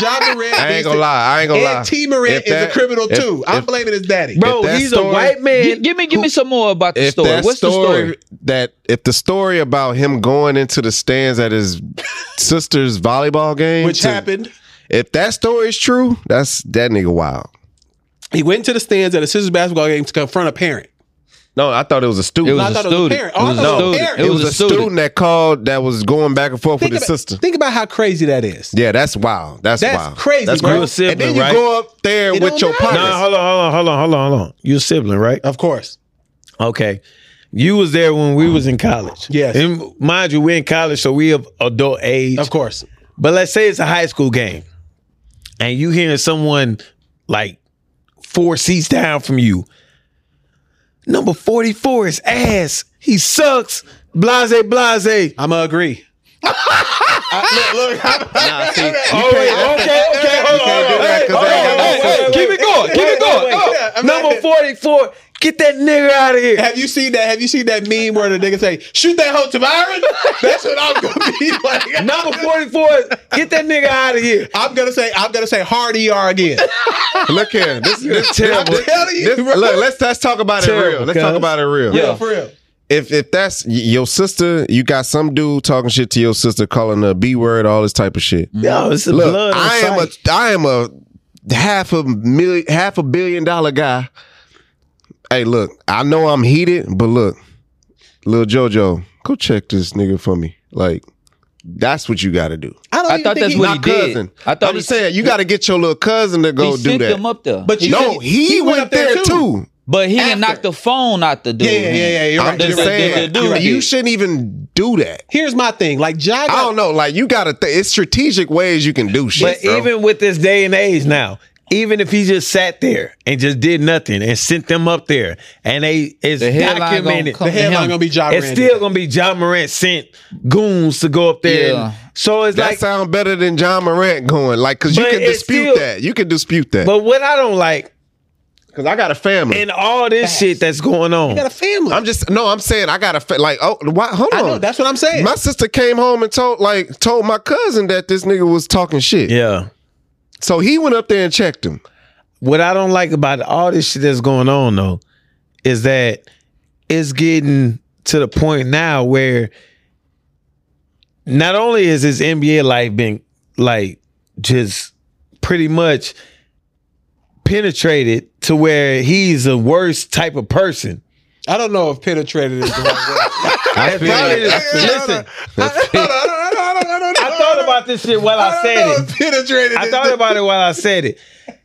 C: John Morant.
D: I ain't gonna lie. I ain't gonna lie.
C: And T Morant
D: If
C: is a
D: that-
C: criminal
D: if-
C: too. I'm
D: if-
C: blaming his daddy.
A: Bro,
D: If that
A: he's a
D: story-
A: white man.
B: Gi- give me, give me some more about the
D: if
B: story.
D: that
B: What's
D: story,
B: the story?
D: that if the story about him going into the stands at his sister's volleyball game,
C: which
D: to-
C: happened.
D: If that story is true, that's that nigga wild.
C: He went to the stands at a sister's basketball game to confront a parent.
D: No, I thought it was a student.
B: It was
C: I
B: a
C: thought it was a
B: student.
C: parent.
B: It
C: Oh, I
B: was a
C: thought it was a
B: student.
C: parent.
B: It was a student.
D: that called that was going back and forth
C: Think
D: with his
C: about,
D: sister.
C: think about how crazy that is.
D: yeah, that's wild. That's,
C: That's
D: wild.
C: crazy,
D: That's
C: bro.
A: You a sibling,
D: and then you
A: right?
D: go up there
C: It
D: with
C: don't
D: your
C: matter.
D: partner.
A: Nah, hold on, hold on, hold on, hold on, hold on. You a sibling, right?
C: Of course.
A: Okay. You was there when we was in college.
C: Yes.
A: And mind you, we're in college, so we of adult age.
C: Of course.
A: But let's say it's a high school game, and you hearing someone like four seats down from you. Number forty four is ass. He sucks. Blase, blase.
C: I'ma agree. I- look, look, I'm-
A: Oh, wait, okay, okay, hold on, hold on. Hey, hold on, hey, hey, Keep it going, keep it going.
C: Yeah,
A: Oh,
C: I'm not-
A: Number forty four. Get that nigga out of here.
C: Have you seen that? Have you seen that meme where the nigga say, "Shoot that hoe to Byron"? *laughs* That's what I'm gonna be *laughs* like.
A: Number forty four. Get that nigga out of here.
C: I'm gonna say, I'm gonna say hard ER *laughs* again.
D: Look here, this this
A: terrible.
D: This,
C: telling you,
D: this-
C: bro.
D: look, let's let's talk about it
A: Terrible,
D: real. Let's talk
A: cuz.
D: about it real.
C: Real for real.
D: if if that's y- your sister, you got some dude talking shit to your sister, calling her a b word, all this type of shit.
A: Yo,
B: Mm.
A: it's the
D: Look,
A: blood. on
D: I am
A: sight.
D: a I am a half a million half a billion dollar guy. Hey, look, I know I'm heated, but look, little JoJo, go check this nigga for me. Like, that's what you got to do.
C: I don't.
B: I
C: even
B: thought
C: think
B: that's
C: he-
B: what
D: My
B: he did.
D: cousin.
B: I thought
D: I'm
B: he
D: just saying, you got to get your little cousin to go
B: he
D: do
B: sent
D: that.
B: him up there.
C: But you
D: no,
C: said
D: he, went, there too.
B: But he
C: After.
B: didn't knock the phone out the dude.
C: Yeah, yeah, yeah, yeah. You're
D: I'm
C: right.
D: just
C: you're right,
D: saying,
C: you're right, you're right.
D: you shouldn't even do that.
C: Here's my thing. Like Ja,
D: I
C: got-
D: don't know. Like you gotta th- it's strategic ways you can do shit.
A: But
D: bro.
A: even with this day and age now, even if he just sat there and just did nothing and sent them up there and they it's
B: The headline gonna
A: documented,
B: come
C: the headline gonna be Ja.
A: it's
C: Rand.
A: still gonna be John Morant sent goons to go up there.
B: Yeah.
A: So it's
D: that
A: like
D: sound better than John Morant going. Like cause you
A: But
D: can
A: it's
D: dispute
A: still-
D: that. You can dispute that.
A: but what I don't like
D: Cause I got a family.
A: in all this shit that's going on.
C: got a family.
D: I'm just no, I'm saying I got a fa- like oh why hold on.
C: I know. That's what I'm saying.
D: my sister came home and told like told my cousin that this nigga was talking shit.
A: Yeah.
D: So he went up there and checked him.
A: What I don't like about all this shit that's going on though is that it's getting to the point now where not only is his NBA life been like just pretty much penetrated to where he's the worst type of person.
C: I don't know if penetrated is the right word.
D: I feel
A: Probably
D: like-
A: the- listen,
C: Hold on, I don't- I don't- I don't- I don't-
A: I thought about this shit while I
C: I don't know
A: said
C: if
A: it.
C: penetrated.
A: I
C: is
A: thought
C: the-
A: about it while I said it.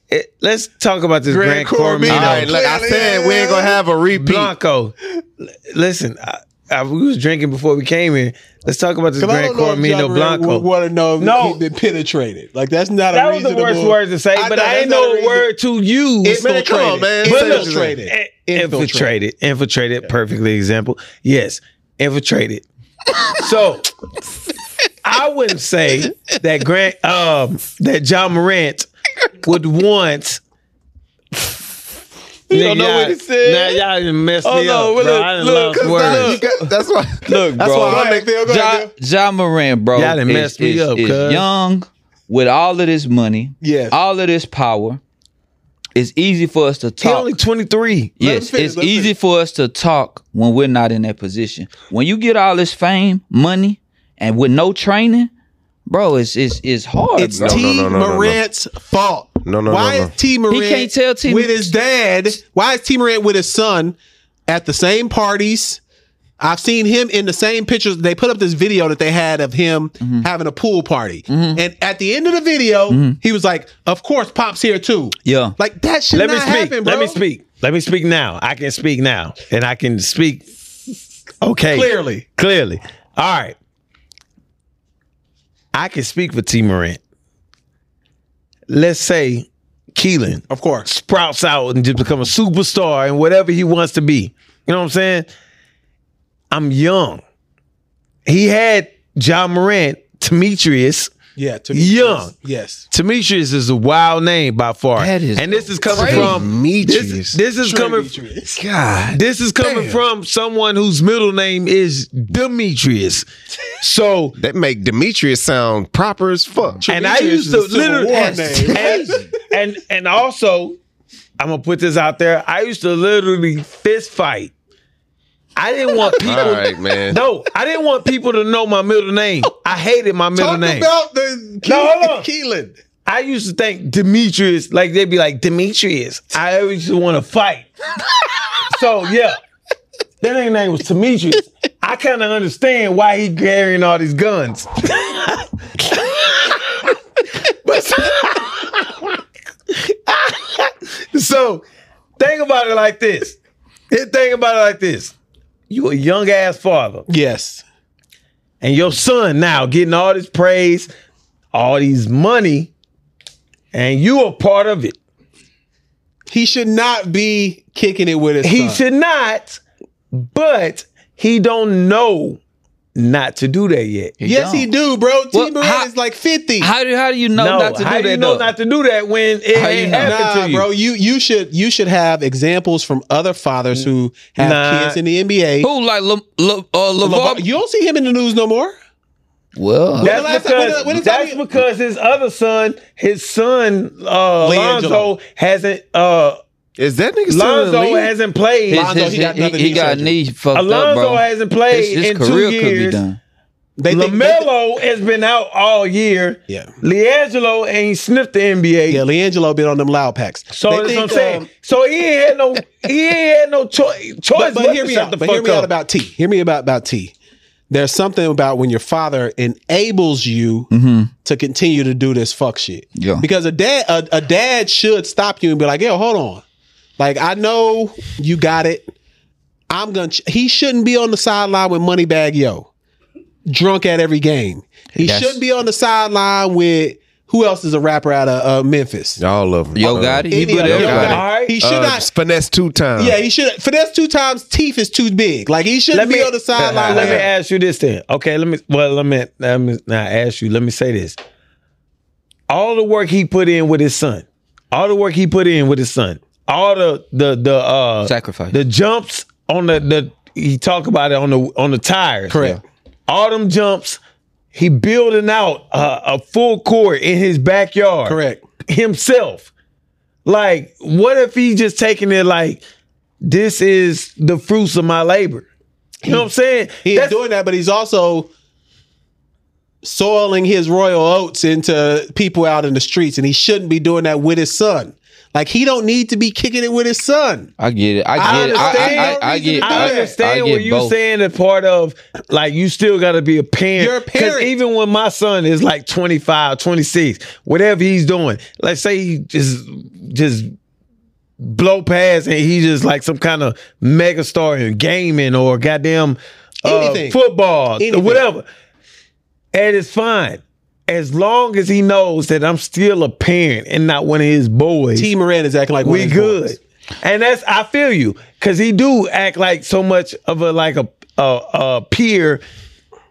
A: it- let's talk about this Grand,
D: Grant
A: Cormino.
D: Cormino. All right, look, I said we ain't gonna have a repeat.
A: Blanco. L- Listen, I, I, we was drinking before we came here. Let's talk about this
C: Because I
A: Grand
C: don't know if
A: Cormino
C: John
A: Blanco.
C: would want to know if
A: No.
C: he'd been penetrated. Like that's not
A: that
C: a
A: was the
C: reasonable.
A: worst word to say, but I
C: know that's
A: ain't
C: not a
A: know a
C: reason-
A: word to use.
D: Man, come on, man.
A: But
D: Say
A: look,
D: what you say.
C: Infiltrated.
A: eh, infiltrated, infiltrated, perfectly example. Yes,
C: *laughs*
A: infiltrated. so I wouldn't say that Grant, um, that John Morant would want. You
C: don't know what he said.
A: Now y'all done messed
C: Oh,
A: me
C: no,
A: up,
C: well,
A: bro.
C: look,
A: I done
C: look,
A: lost
C: 'cause
A: words.
D: You got- that's why.
A: Look,
D: that's
A: bro.
D: why
C: Go
D: I'm
C: ahead, Phil. Go ahead,
B: John,
C: Phil.
B: John Moran, bro,
A: Y'all done
B: is-
A: messed me
B: is-
A: up,
B: is
A: cuz.
B: young with all of this money,
C: Yes.
B: all of this power. It's easy for us to
A: He
B: talk.
A: only twenty three.
C: Let
B: yes,
C: him finish,
B: it's
C: let him
B: easy
C: finish.
B: for us to talk when we're not in that position. When you get all this fame, money, and with no training, bro, it's it's it's hard.
C: It's
B: bro.
D: no,
C: T.
D: no, no, no, no.
C: Morant's fault.
D: No, no,
C: Why
D: no,
C: is T. Morant
B: can't tell T.
C: with his dad? Why is T. Morant with his son at the same parties? I've seen him in the same pictures. They put up this video that they had of him having a pool party, and at the end of the video, he was like, "Of course, pops here too."
B: Yeah.
C: like that should
A: Let
C: not
A: me speak.
C: happen, bro.
A: Let me speak. Let me speak now. I can speak now, and I can speak. Okay,
C: clearly.
A: Clearly. All right. I can speak for T Morant. Let's say Keelan
C: Of course,
A: sprouts out and just become a superstar and whatever he wants to be. You know what I'm saying? I'm young. He had John Morant, Demetrius.
C: yeah, to
A: Young.
C: Yes,
A: Demetrius is a wild name by far.
B: That is
A: and this is coming
B: crazy.
A: from this,
D: Demetrius.
A: this is coming
C: Demetrius.
D: God.
A: this is coming
D: Damn.
A: from someone whose middle name is Demetrius.
C: *laughs*
A: So
D: That make Demetrius sound proper as fuck.
A: and I
C: Demetrius
A: used to
C: is a Civil
A: literally
C: War
A: and,
C: name.
A: and, and and also I'm gonna put this out there. I used to literally fist fight. I didn't want people.
D: *laughs* All right, man.
A: No, I didn't want people to know my middle name. I hated my middle
C: Talk
A: name.
C: about the Ke-
A: No, hold on.
C: Keelan.
A: I used to think Demetrius, like they'd be like Demetrius. I always used to want to fight. so yeah, that nigga name was Demetrius. I kind of understand why he carrying all these guns. But- *laughs* so think about it like this. Think about it like this. You a young ass father
C: Yes,
A: and your son now getting all this praise, all these money, and you are part of it.
C: he should not be kicking it with his.
A: He
C: son.
A: should not, but he don't know not to do that yet.
C: Yes,
B: don't.
C: he do, bro. T.
B: Well,
C: Morant
B: how-
C: is like fifty.
B: How do how do you know
A: no,
B: not to
A: how
B: do
A: do
B: that?
A: you know
B: though?
A: not to do that when it
B: How you
A: ain't
B: know?
A: happened
C: nah,
A: to you?
C: bro. You you should you should have examples from other fathers who have
A: Nah.
C: kids in the NBA.
B: Who like Le, Le, uh,
C: LeVar-
B: LeVar?
C: you don't see him in the news no more.
B: Well,
C: That- last
A: That's
C: time- when
A: because,
C: the- when the time
A: that's
C: you-
A: because his other son, his son uh, Lonzo
C: Leandro.
A: hasn't uh,
D: *laughs* Is that nigga still in the
A: Lonzo
D: league?
A: hasn't played.
B: his,
C: Lonzo,
B: his,
C: he got
B: he,
C: another
B: he
C: knee
B: got
C: surgery.
B: knee fucked up,
A: Alonzo
B: bro.
A: hasn't played
B: his, his
A: in
B: career
A: two years.
B: could be done.
C: They think- they think-
A: *laughs* LaMelo has been out all year.
C: Yeah.
A: LiAngelo ain't sniffed the NBA.
C: yeah, Leangelo been on them loud packs.
A: So
C: They
A: that's what I'm
C: think,
A: saying.
C: um,
A: so he ain't had no he ain't had no choi- choice.
C: but, but hear
A: to
C: me
A: shut
C: out.
A: the
C: But
A: fuck
C: hear me
A: up.
C: out about T. Hear me about about T. There's something about when your father enables you to continue to do this fuck shit.
B: Yeah.
C: Because a dad a, a dad should stop you and be like, "Yo, hold on. Like I know you got it. I'm gonna. Ch- he shouldn't be on the sideline with Moneybag Yo, drunk at every game. He
B: Yes.
C: shouldn't be on the sideline with who else is a rapper out of uh, Memphis.
D: Y'all love him.
B: Yo,
D: Uh,
B: got it. He
C: Any
B: put
C: of- Yo
B: everybody.
C: Gotti.
A: Alright.
C: He should
D: Uh,
C: not.
D: finesse two times.
C: Yeah, he should. Finesse two times. Teeth is too big. Like he shouldn't
A: Let
C: be
A: me-
C: on the sideline.
A: Let
C: with
A: me
C: him.
A: ask you this then. Okay, let me well let me let me not ask you. Let me say this. All the work he put in with his son, all the work he put in with his son, all the the the uh
B: Sacrifice.
A: the jumps on the the he talked about it on the on the tires.
C: Correct.
A: All them jumps, he building out a, a full court in his backyard.
C: Correct.
A: himself. Like, what if he just taking it like this is the fruits of my labor? You know what I'm saying?
C: He is
A: That's-
C: doing that, but he's also soiling his royal oats into people out in the streets, and he shouldn't be doing that with his son. Like he don't need to be kicking it with his son.
B: I get it. I
A: I
B: get it. I, I,
A: understand.
B: I, I get.
C: I
A: I understand
B: I
A: what
B: get
A: you're
B: both.
A: saying. The part of like you still got to be a parent.
C: You're a
A: 'Cause
C: parent.
A: even when my son is like 25, 26, whatever he's doing, let's say he just just blow past and he's just like some kind of mega star in gaming or goddamn uh,
C: Anything.
A: football,
C: Anything.
A: whatever. And it's fine. As long as he knows that I'm still a parent and not one of his boys
C: T. Moran is acting like one
A: we
C: of his
A: good.
C: boys.
A: And that's I feel you because he do act like so much of a like a a, a peer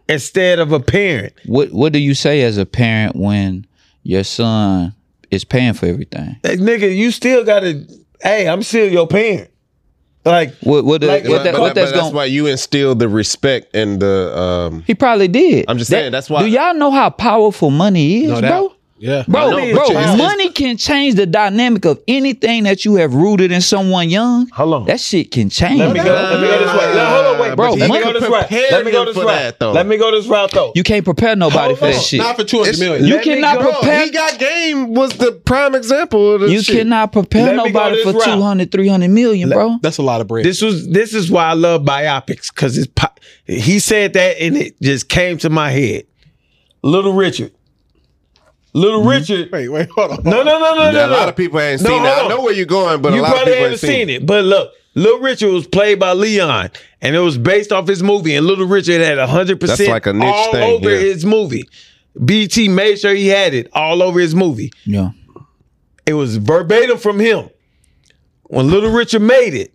A: instead of a parent.
B: What What do you say as a parent when your son is paying for everything?
A: Like, nigga, you still gotta. Hey, I'm still your parent. Like
B: What What the-
A: Like,
B: what,
A: but-
B: that,
D: but,
B: what
D: but
B: that's
D: that's
B: going?
D: why you instilled the respect and the um
B: He probably did.
D: I'm just
B: That-
D: saying, that's why-
B: Do y'all know how powerful money is, bro?
C: Yeah,
B: Bro,
A: know,
B: bro,
A: but you- it's-
B: money can change the dynamic of anything that you have rooted in someone young.
A: Hold on.
B: Oh. That shit can change.
A: let me go. Let me go this way. No, hold on, wait,
B: Bro,
A: Let me
B: money
A: go this route.
D: prepared
A: Let me go
D: him
A: this
D: for
A: route.
D: that, though.
A: Let me go this route though.
B: You can't prepare nobody
A: Hold
B: for that
A: on.
B: shit.
C: not for two hundred
D: It's-
C: million.
B: You
A: Let me
B: cannot
A: go.
B: prepare.
D: he got game was the prime example of this
B: You
D: shit.
B: cannot prepare
A: Let me go
B: nobody
A: this
B: for
A: route.
B: 200, 300 million, bro.
C: That's a lot of bread.
A: This was this is why I love biopics because it's po- he said that and it just came to my head. Little Richard, Little Richard.
C: wait, wait, hold on.
A: No, no, no, no, no.
D: Mm-hmm. a lot
A: no.
D: of people ain't
A: No,
D: seen
A: hold on.
D: that. I know where you're going, but
A: you
D: a lot of
A: probably
D: people ain't
A: haven't
D: seen,
A: seen it. But look, Little Richard was played by Leon, and it was based off his movie. And Little Richard had hundred percent
D: That's like a niche
A: all
D: thing,
A: over
D: yeah.
A: his movie. BT made sure he had it all over his movie.
B: Yeah.
A: It was verbatim from him. When Little Richard made it,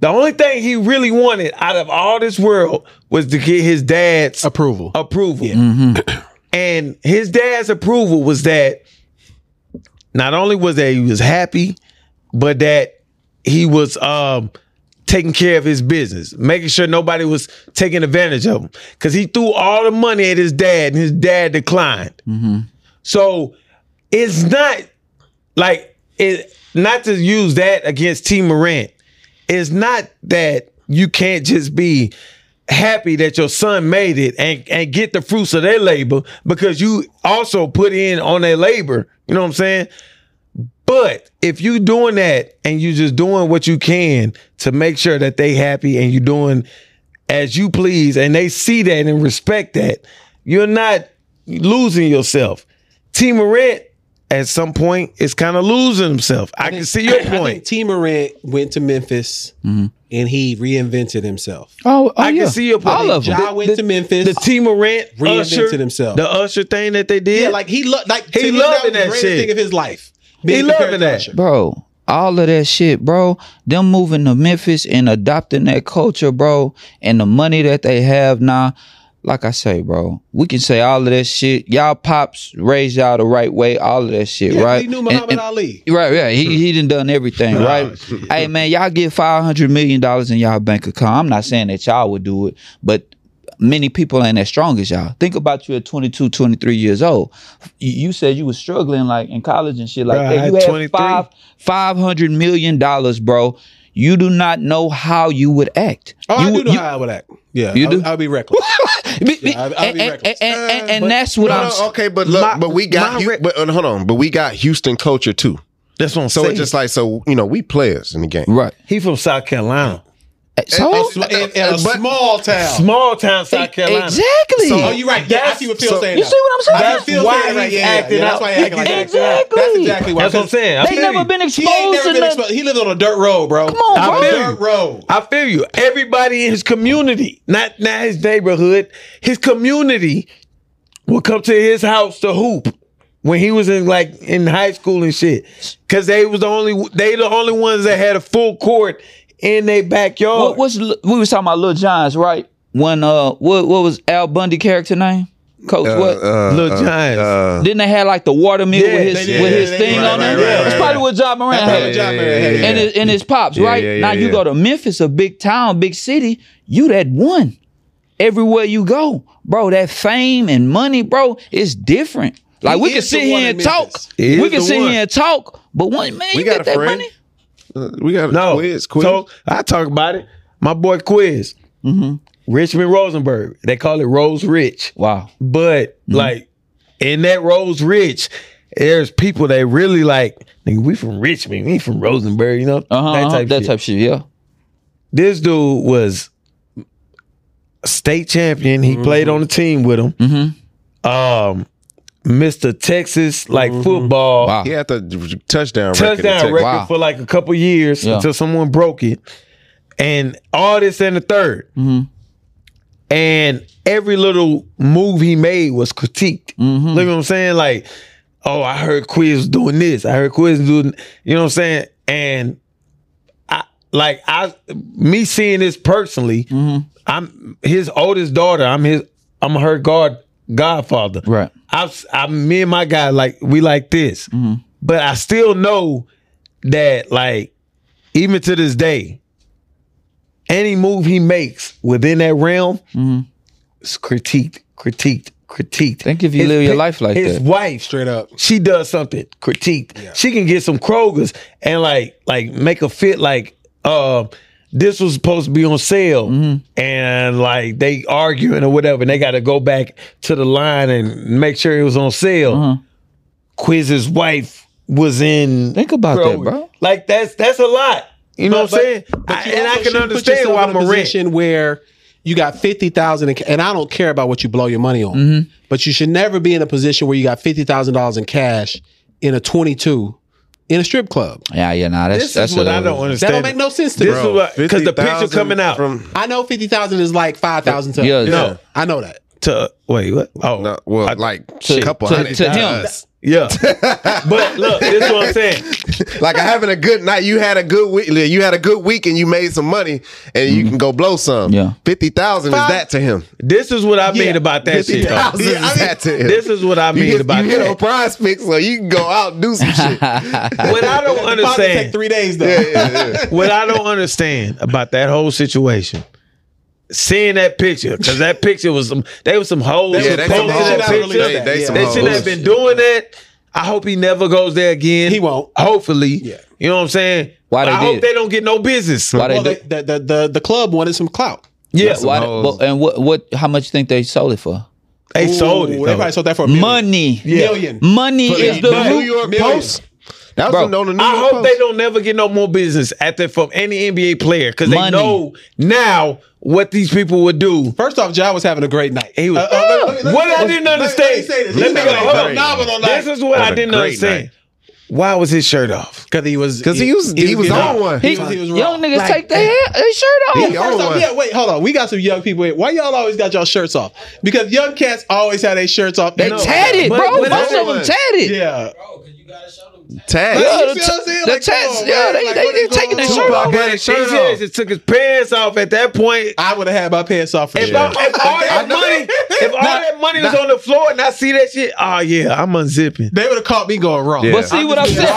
A: the only thing he really wanted out of all this world was to get his dad's
C: Approval.
A: approval. *clears throat* and his dad's approval was that not only was that he was happy, but that he was um taking care of his business, making sure nobody was taking advantage of him. Cause he threw all the money at his dad and his dad declined. So it's not like it not to use that against T Morant. It's not that you can't just be happy that your son made it and, and get the fruits of their labor because you also put in on their labor. You know what I'm saying? But if you doing that and you just doing what you can to make sure that they happy and you doing as you please and they see that and respect that, you're not losing yourself. T Morant at some point is kind of losing himself. I can see your
C: *clears throat* I think
A: point.
C: T. Moran went to Memphis
A: Mm-hmm.
C: and he reinvented himself.
B: Oh, oh
A: I can
B: yeah.
A: see your point.
B: All of
C: Ja
B: them.
C: went to Memphis.
A: The T Morant
C: Reinvented
A: Usher,
C: himself.
A: the Usher thing that they did.
C: yeah, like he lo- like
A: He
C: to him,
A: loving
C: that,
A: that
C: was the greatest
A: shit.
C: thing of his life.
A: He
C: compared
A: loving
C: to
A: that.
C: Usher.
B: Bro, all of that shit, bro. Them moving to Memphis and adopting that culture, bro, and the money that they have now. Like I say, bro, we can say all of that shit. Y'all pops raised y'all the right way, all of that shit,
C: Yeah,
B: right?
C: He knew
B: And-
C: Muhammad
B: and-
C: Ali.
B: Right, yeah,
A: Hmm.
B: he he done done everything, right? hey man, y'all get five hundred million dollars in y'all bank account. I'm not saying that y'all would do it, but many people ain't as strong as y'all. Think about you at 22, 23 years old. You, you said you was struggling like in college and shit like
A: Bruh, I
B: that. You
A: had
B: had
A: 23.
B: five five hundred million dollars, bro. You do not know how you would act.
C: Oh,
B: you,
C: I do know
B: you-
C: how I would act. Yeah,
B: You
C: I,
B: do?
C: I'll be reckless.
B: be- be-
C: Yeah, I'll- I'll
B: and
C: be
B: and-
C: reckless.
B: and- and- and
A: but- oh,
B: that's what
D: No,
B: I'm.
D: no, okay, but look,
A: My-
D: but we got
A: my
D: Hu-
A: re-
D: but uh, hold on, but we got Houston culture too.
A: that's what I'm
D: So
A: saying.
D: it's just like so you know we players in the game.
B: Right.
A: he from South Carolina,
B: So,
D: and-
C: in, in a
D: But-
C: small town.
A: small town South Carolina.
B: exactly.
C: oh, you're right. Yeah, I
A: That's-
C: see what Phil's
A: so-
C: saying.
B: you
C: now.
B: see what I'm
C: I
B: saying?
C: can feel
A: That's
C: saying
A: why
C: it right
A: he's
C: yeah, yeah,
A: acting
C: yeah,
A: out.
C: That's why he acting like
A: Exactly.
C: that. That's exactly why.
A: That's what I'm saying. I
B: They
A: feel
B: never
A: you.
B: been
C: He ain't
B: exposed
C: never
B: to
C: been
B: nothing.
C: exposed. He lived on a dirt road, bro.
B: Come on,
A: I
B: bro.
A: feel
C: Dirt
A: you.
C: road.
A: I feel you. Everybody in his community, not not his neighborhood, his community would come to his house to hoop when he was in like in high school and shit, because they was the only they the only ones that had a full court in their backyard.
B: What was Lil- we was talking about Lil John's right? When uh, what what was Al Bundy character name? Coach what?
D: Uh,
A: Lil Giants.
B: Didn't they had like the watermill
A: Yeah,
B: with his
A: they did.
B: with
A: Yeah,
B: his
C: they
B: thing
C: did.
B: on there?
D: Right, right, right,
B: That's
D: right,
B: probably what John Moran
C: That's
B: had.
C: what John Mayer had.
D: yeah, yeah.
B: And his and his pops, right?
D: yeah, yeah,
B: now you
D: yeah.
B: go to Memphis, a big town, big city, you that one. Everywhere you go, bro, that fame and money, bro, is different. Like
C: He
B: we can
C: is the
B: sit
C: one
B: here
C: in
B: and talk.
C: Memphis.
A: He is
B: We can
A: the
B: sit
A: one.
B: here and talk, but one man,
D: We
B: you
D: got
B: get
D: a
B: that
D: friend.
B: money.
D: we got
A: No,
D: quiz, quiz.
A: So I talk about it. My boy Quiz. Richmond Rosenberg. They call it Rose Rich.
B: Wow.
A: But like in that Rose Rich, there's people that really like, nigga, we from Richmond, we from Rosenberg, you know?
B: Uh-huh,
A: that
B: uh-huh,
A: type shit.
B: shit. Yeah.
A: This dude was state champion. He played on the team with him. Um Mr. Texas like football
B: Wow.
D: He had the touchdown, record. in
A: touchdown
D: Texas.
A: record
B: Wow.
A: for like a couple years
B: Yeah.
A: until someone broke it, and all this and the 3rd
B: Mm-hmm.
A: And every little move he made was critiqued.
B: Mm-hmm.
A: Look what I'm saying? Like, oh, I heard Quiz doing this. I heard Quiz doing. You know what I'm saying? And I like I me seeing this personally.
B: Mm-hmm.
A: I'm his oldest daughter. I'm his. I'm her god godfather.
B: Right.
A: I've, I, me and my guy, like we like this,
B: Mm-hmm.
A: but I still know that, like, even to this day, any move he makes within that realm
B: Mm-hmm.
A: is critiqued, critiqued, critiqued.
B: Think if you live your life like
A: his
B: that.
A: wife,
C: Straight up.
A: she does something critiqued. She can get some Krogers and like like make a fit like uh this was supposed to be on sale and like they arguing or whatever and they got to go back to the line and make sure it was on sale. Quiz's wife was in
B: Think about that, bro.
A: Like that's that's a lot. You know what
C: But-
A: I'm saying?
C: but
A: I-
C: you
A: and I
C: also
A: can
C: shouldn't put
A: understand
C: yourself
A: why
C: in
A: I'm a rent.
C: position where you got fifty thousand, and I don't care about what you blow your money on,
A: Mm-hmm.
C: but you should never be in a position where you got fifty thousand dollars in cash in a twenty-two in a strip club.
B: Yeah, yeah, nah. That's
A: This
B: that's
A: is what
B: a-
A: I don't
C: That
A: understand.
C: don't make no sense to
A: This
C: me.
A: is what because uh, the picture
D: 50,000
A: coming out
D: from
C: I know fifty thousand is like five thousand to
B: Yeah,
A: No.
C: I know that.
A: to wait what? Oh
D: no, uh, well, like
B: To-
D: a couple
B: to-
D: hundred
B: to him.
D: dollars. *laughs*
A: yeah. but look, this is what I'm saying.
D: like having a good night. You had a good week. You had a good week, and you made some money, and you can go blow some.
B: Mm-hmm. Yeah.
D: fifty thousand is
C: Five-
D: that to him.
A: This is what I mean
C: Yeah,
A: about that
D: Fifty
A: shit. though.
D: thousand
C: Yeah, I
D: is
C: mean,
D: that to him.
A: This is what I
D: you
A: mean
D: hit,
A: about
D: you hit
A: that.
D: on prize picks, so you can go out and do
B: *laughs*
D: some shit. yeah,
A: what I don't
C: Probably take
A: understand,
C: three days though.
D: yeah, yeah.
A: what I don't understand about that whole situation, seeing that picture, because that picture was some, they was some hoes
D: Yeah,
A: who
D: they
A: posted
D: some hoes.
A: that
D: They-
A: picture.
D: they
A: They,
D: some hoes.
A: shouldn't have been doing that. I hope he never goes there again.
C: He won't.
A: Hopefully,
C: Yeah.
A: you know what I'm saying.
B: Why they
A: I
B: did?
A: hope they don't get no business.
B: Why they
C: Well,
B: do-
C: they, the, the the the club wanted some clout.
A: yeah,
B: Why,
D: hoes.
B: but- and what? What? How much you think they sold it for?
A: they sold
C: Ooh,
A: it.
C: They
A: though.
C: probably sold that for a million.
B: Money.
C: Million.
B: Money is the
D: New
B: root.
D: York
C: Million.
D: Post. That
B: Bro,
D: was on the New
A: I
D: York
A: hope
D: Post.
A: they don't never get no more business at that from any NBA player because they
B: Money.
A: know now what these people would do. Uh,
C: First off, Ja was having a great night. Uh,
A: He was-
C: let- let- let-
A: What I
C: let-
A: didn't
C: let-
A: understand-
C: Let me say this.
A: Let me
C: He was
A: go-
C: having a
A: hold on.
C: Phenomenal night.
A: This is what
D: What
A: I
D: a
A: didn't
D: great
A: understand.
D: night.
A: Why was his shirt off?
C: Because he was.
D: Because he was, he was
C: getting
D: on
C: off.
D: one.
B: He,
C: He was- he was
B: young
C: wrong.
B: niggas
A: Like,
B: take their, their shirt off.
D: He
C: First
D: on
C: off,
D: one.
C: yeah, wait, hold on. We got some young people here. Why y'all always got y'all shirts off? Because young cats always have their shirts off.
B: they
C: No.
B: tatted,
A: But-
B: bro.
A: but
B: Most of them
D: everyone-
B: tatted.
C: Yeah.
D: Tag.
C: Yeah.
B: Yeah,
C: You
B: the,
C: see what I'm saying?
B: the
C: Like, come
B: tats,
C: on,
B: yeah,
C: man.
B: they,
C: Like,
B: they,
C: what
B: they
C: is
B: taking their
C: going
B: shirt
D: on?
B: off.
D: Tupac had his shirt
A: He
D: off.
A: just took his pants off at that point.
C: I would have had my pants off for
A: If,
C: sure.
A: I'm- if all
D: I
A: that
D: know.
A: money, if all that money was on the floor and I see that shit, oh yeah, I'm unzipping.
C: They would have caught me going wrong.
D: Yeah.
B: But see what I'm saying?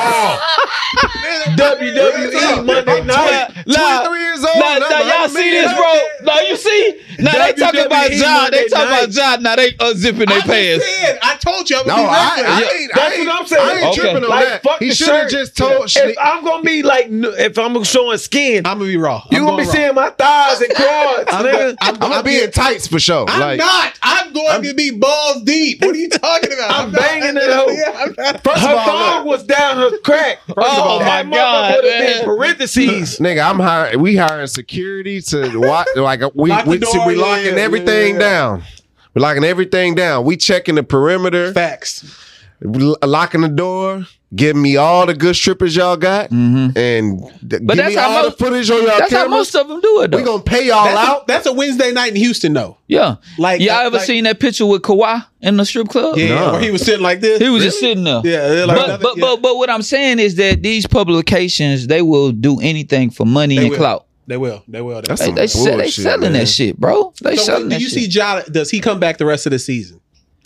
A: WWE E Monday night.
B: Nah,
D: 23 years old.
B: Nah,
D: I'm
B: nah, y'all
D: like,
B: see this, bro? Nah, you see? Nah, they talking
A: WWE
B: about John. They
A: Monday
B: talking about
A: night.
B: John. Now they unzipping their pants.
C: I told you. I'm
D: No,
C: gonna be
D: I,
C: regular.
D: I, ain't, I
A: That's
D: ain't,
A: what I'm saying.
D: I ain't
B: Okay.
D: tripping on
A: Like,
D: that.
A: fuck
D: he
A: the
D: should have
A: shirt.
D: just told.
A: If I'm gonna be like, n- if I'm showing skin,
C: I'm gonna be raw.
A: you
C: I'm
A: gonna be
C: going raw.
A: seeing my thighs and quads,
C: I'm
A: nigga.
C: gonna- I'm
D: I'm gonna
C: I'm
D: be in tights for sure.
C: I'm
D: like,
C: not. I'm going to be balls deep. What are you talking about?
A: I'm
C: not-
A: banging it out.
C: *laughs* Yeah, I'm not-
D: first
A: Her
D: of all,
A: thong
D: look,
A: was down her
D: *laughs*
A: crack. Oh
B: all,
A: that
B: my God,
A: would have
B: man.
A: been parentheses.
D: nigga, I'm hiring. We hiring security to watch. Like we
C: Lock the
D: we,
C: door,
D: we
C: yeah,
D: locking
C: yeah,
D: everything
C: yeah.
D: down. We're locking everything down. We checking the perimeter,
C: Facts.
D: lo- locking the door. Give me all the good strippers y'all got, and th- give
B: that's
D: me
B: how
D: all
B: most-
D: the footage on y'all
B: That's how
D: cameras.
B: most of them do it,
D: We
B: though.
D: gonna pay y'all
C: That's a,
D: out.
C: that's a Wednesday night in Houston, though.
B: Yeah.
C: Like-
B: y'all
C: like-
B: ever
C: like-
B: seen that picture with Kawhi in the strip club?
C: Yeah,
D: Nah.
C: where he was sitting like this.
B: He was just sitting there.
C: Yeah, they're like
B: but,
C: nothing-
B: but,
C: yeah.
B: but but what I'm saying is that these publications they will do anything for money
C: They
B: and
C: will.
B: clout.
C: They will. They will. They
D: That's
C: will.
B: They they, sell, they
D: Bullshit,
B: selling
D: man.
B: that shit, bro. They
C: So
B: selling
C: when do
B: that
C: you
B: shit.
C: see Ja? Does he come back the rest of the season?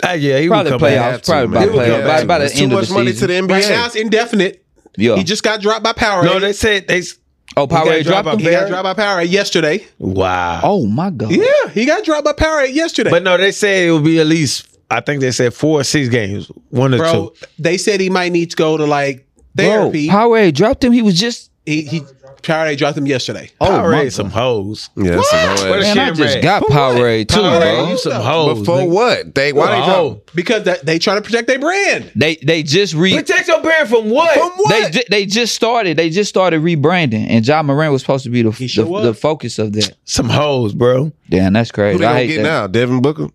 A: Ah, yeah, he
B: Probably
A: would come
B: playoffs.
A: back.
D: Had to,
B: probably
D: man.
B: about
D: They
B: playoff-
D: had
B: by-
D: to.
B: by the
D: It's
B: end
D: too
B: of
D: much
B: the
D: money
B: season.
D: to the NBA.
C: Right now it's indefinite.
B: yeah.
C: He just got dropped by Power.
A: No, they said they. s-
B: oh,
A: got
B: Powerade
A: dropped
B: dropped him.
A: by
C: he got
A: Barrett?
C: dropped by Power yesterday.
A: Wow.
B: Oh my god.
C: Yeah, he got dropped by Power yesterday.
A: But no, they said it would be at least. I think they said four or six games, one or
C: bro,
A: two.
C: they said he might need to go to like therapy.
B: Powerade dropped him. He was just
C: he he Powerade dropped him yesterday.
A: Oh,
B: my
A: Powerade some hoes.
D: Yeah, that's a
A: What
D: no
A: a
D: ass.
B: man. I
A: shit,
B: just
A: Red.
B: got Powerade too,
A: Powerade,
B: bro.
A: you some hoes.
D: But for
A: nigga.
D: what? They why they
A: Oh,
D: drop?
C: Because that they trying to protect their brand.
B: They they just re
A: protect your parent from what?
D: From what?
B: they ju- they just started. They just started rebranding, and John Moran was supposed to be the
C: sure
B: the,
C: was.
B: the focus of that.
A: Some hoes, bro.
B: Damn, that's crazy.
D: Who they
B: I
D: gonna
B: hate
D: get
B: that.
D: now? Devin Booker.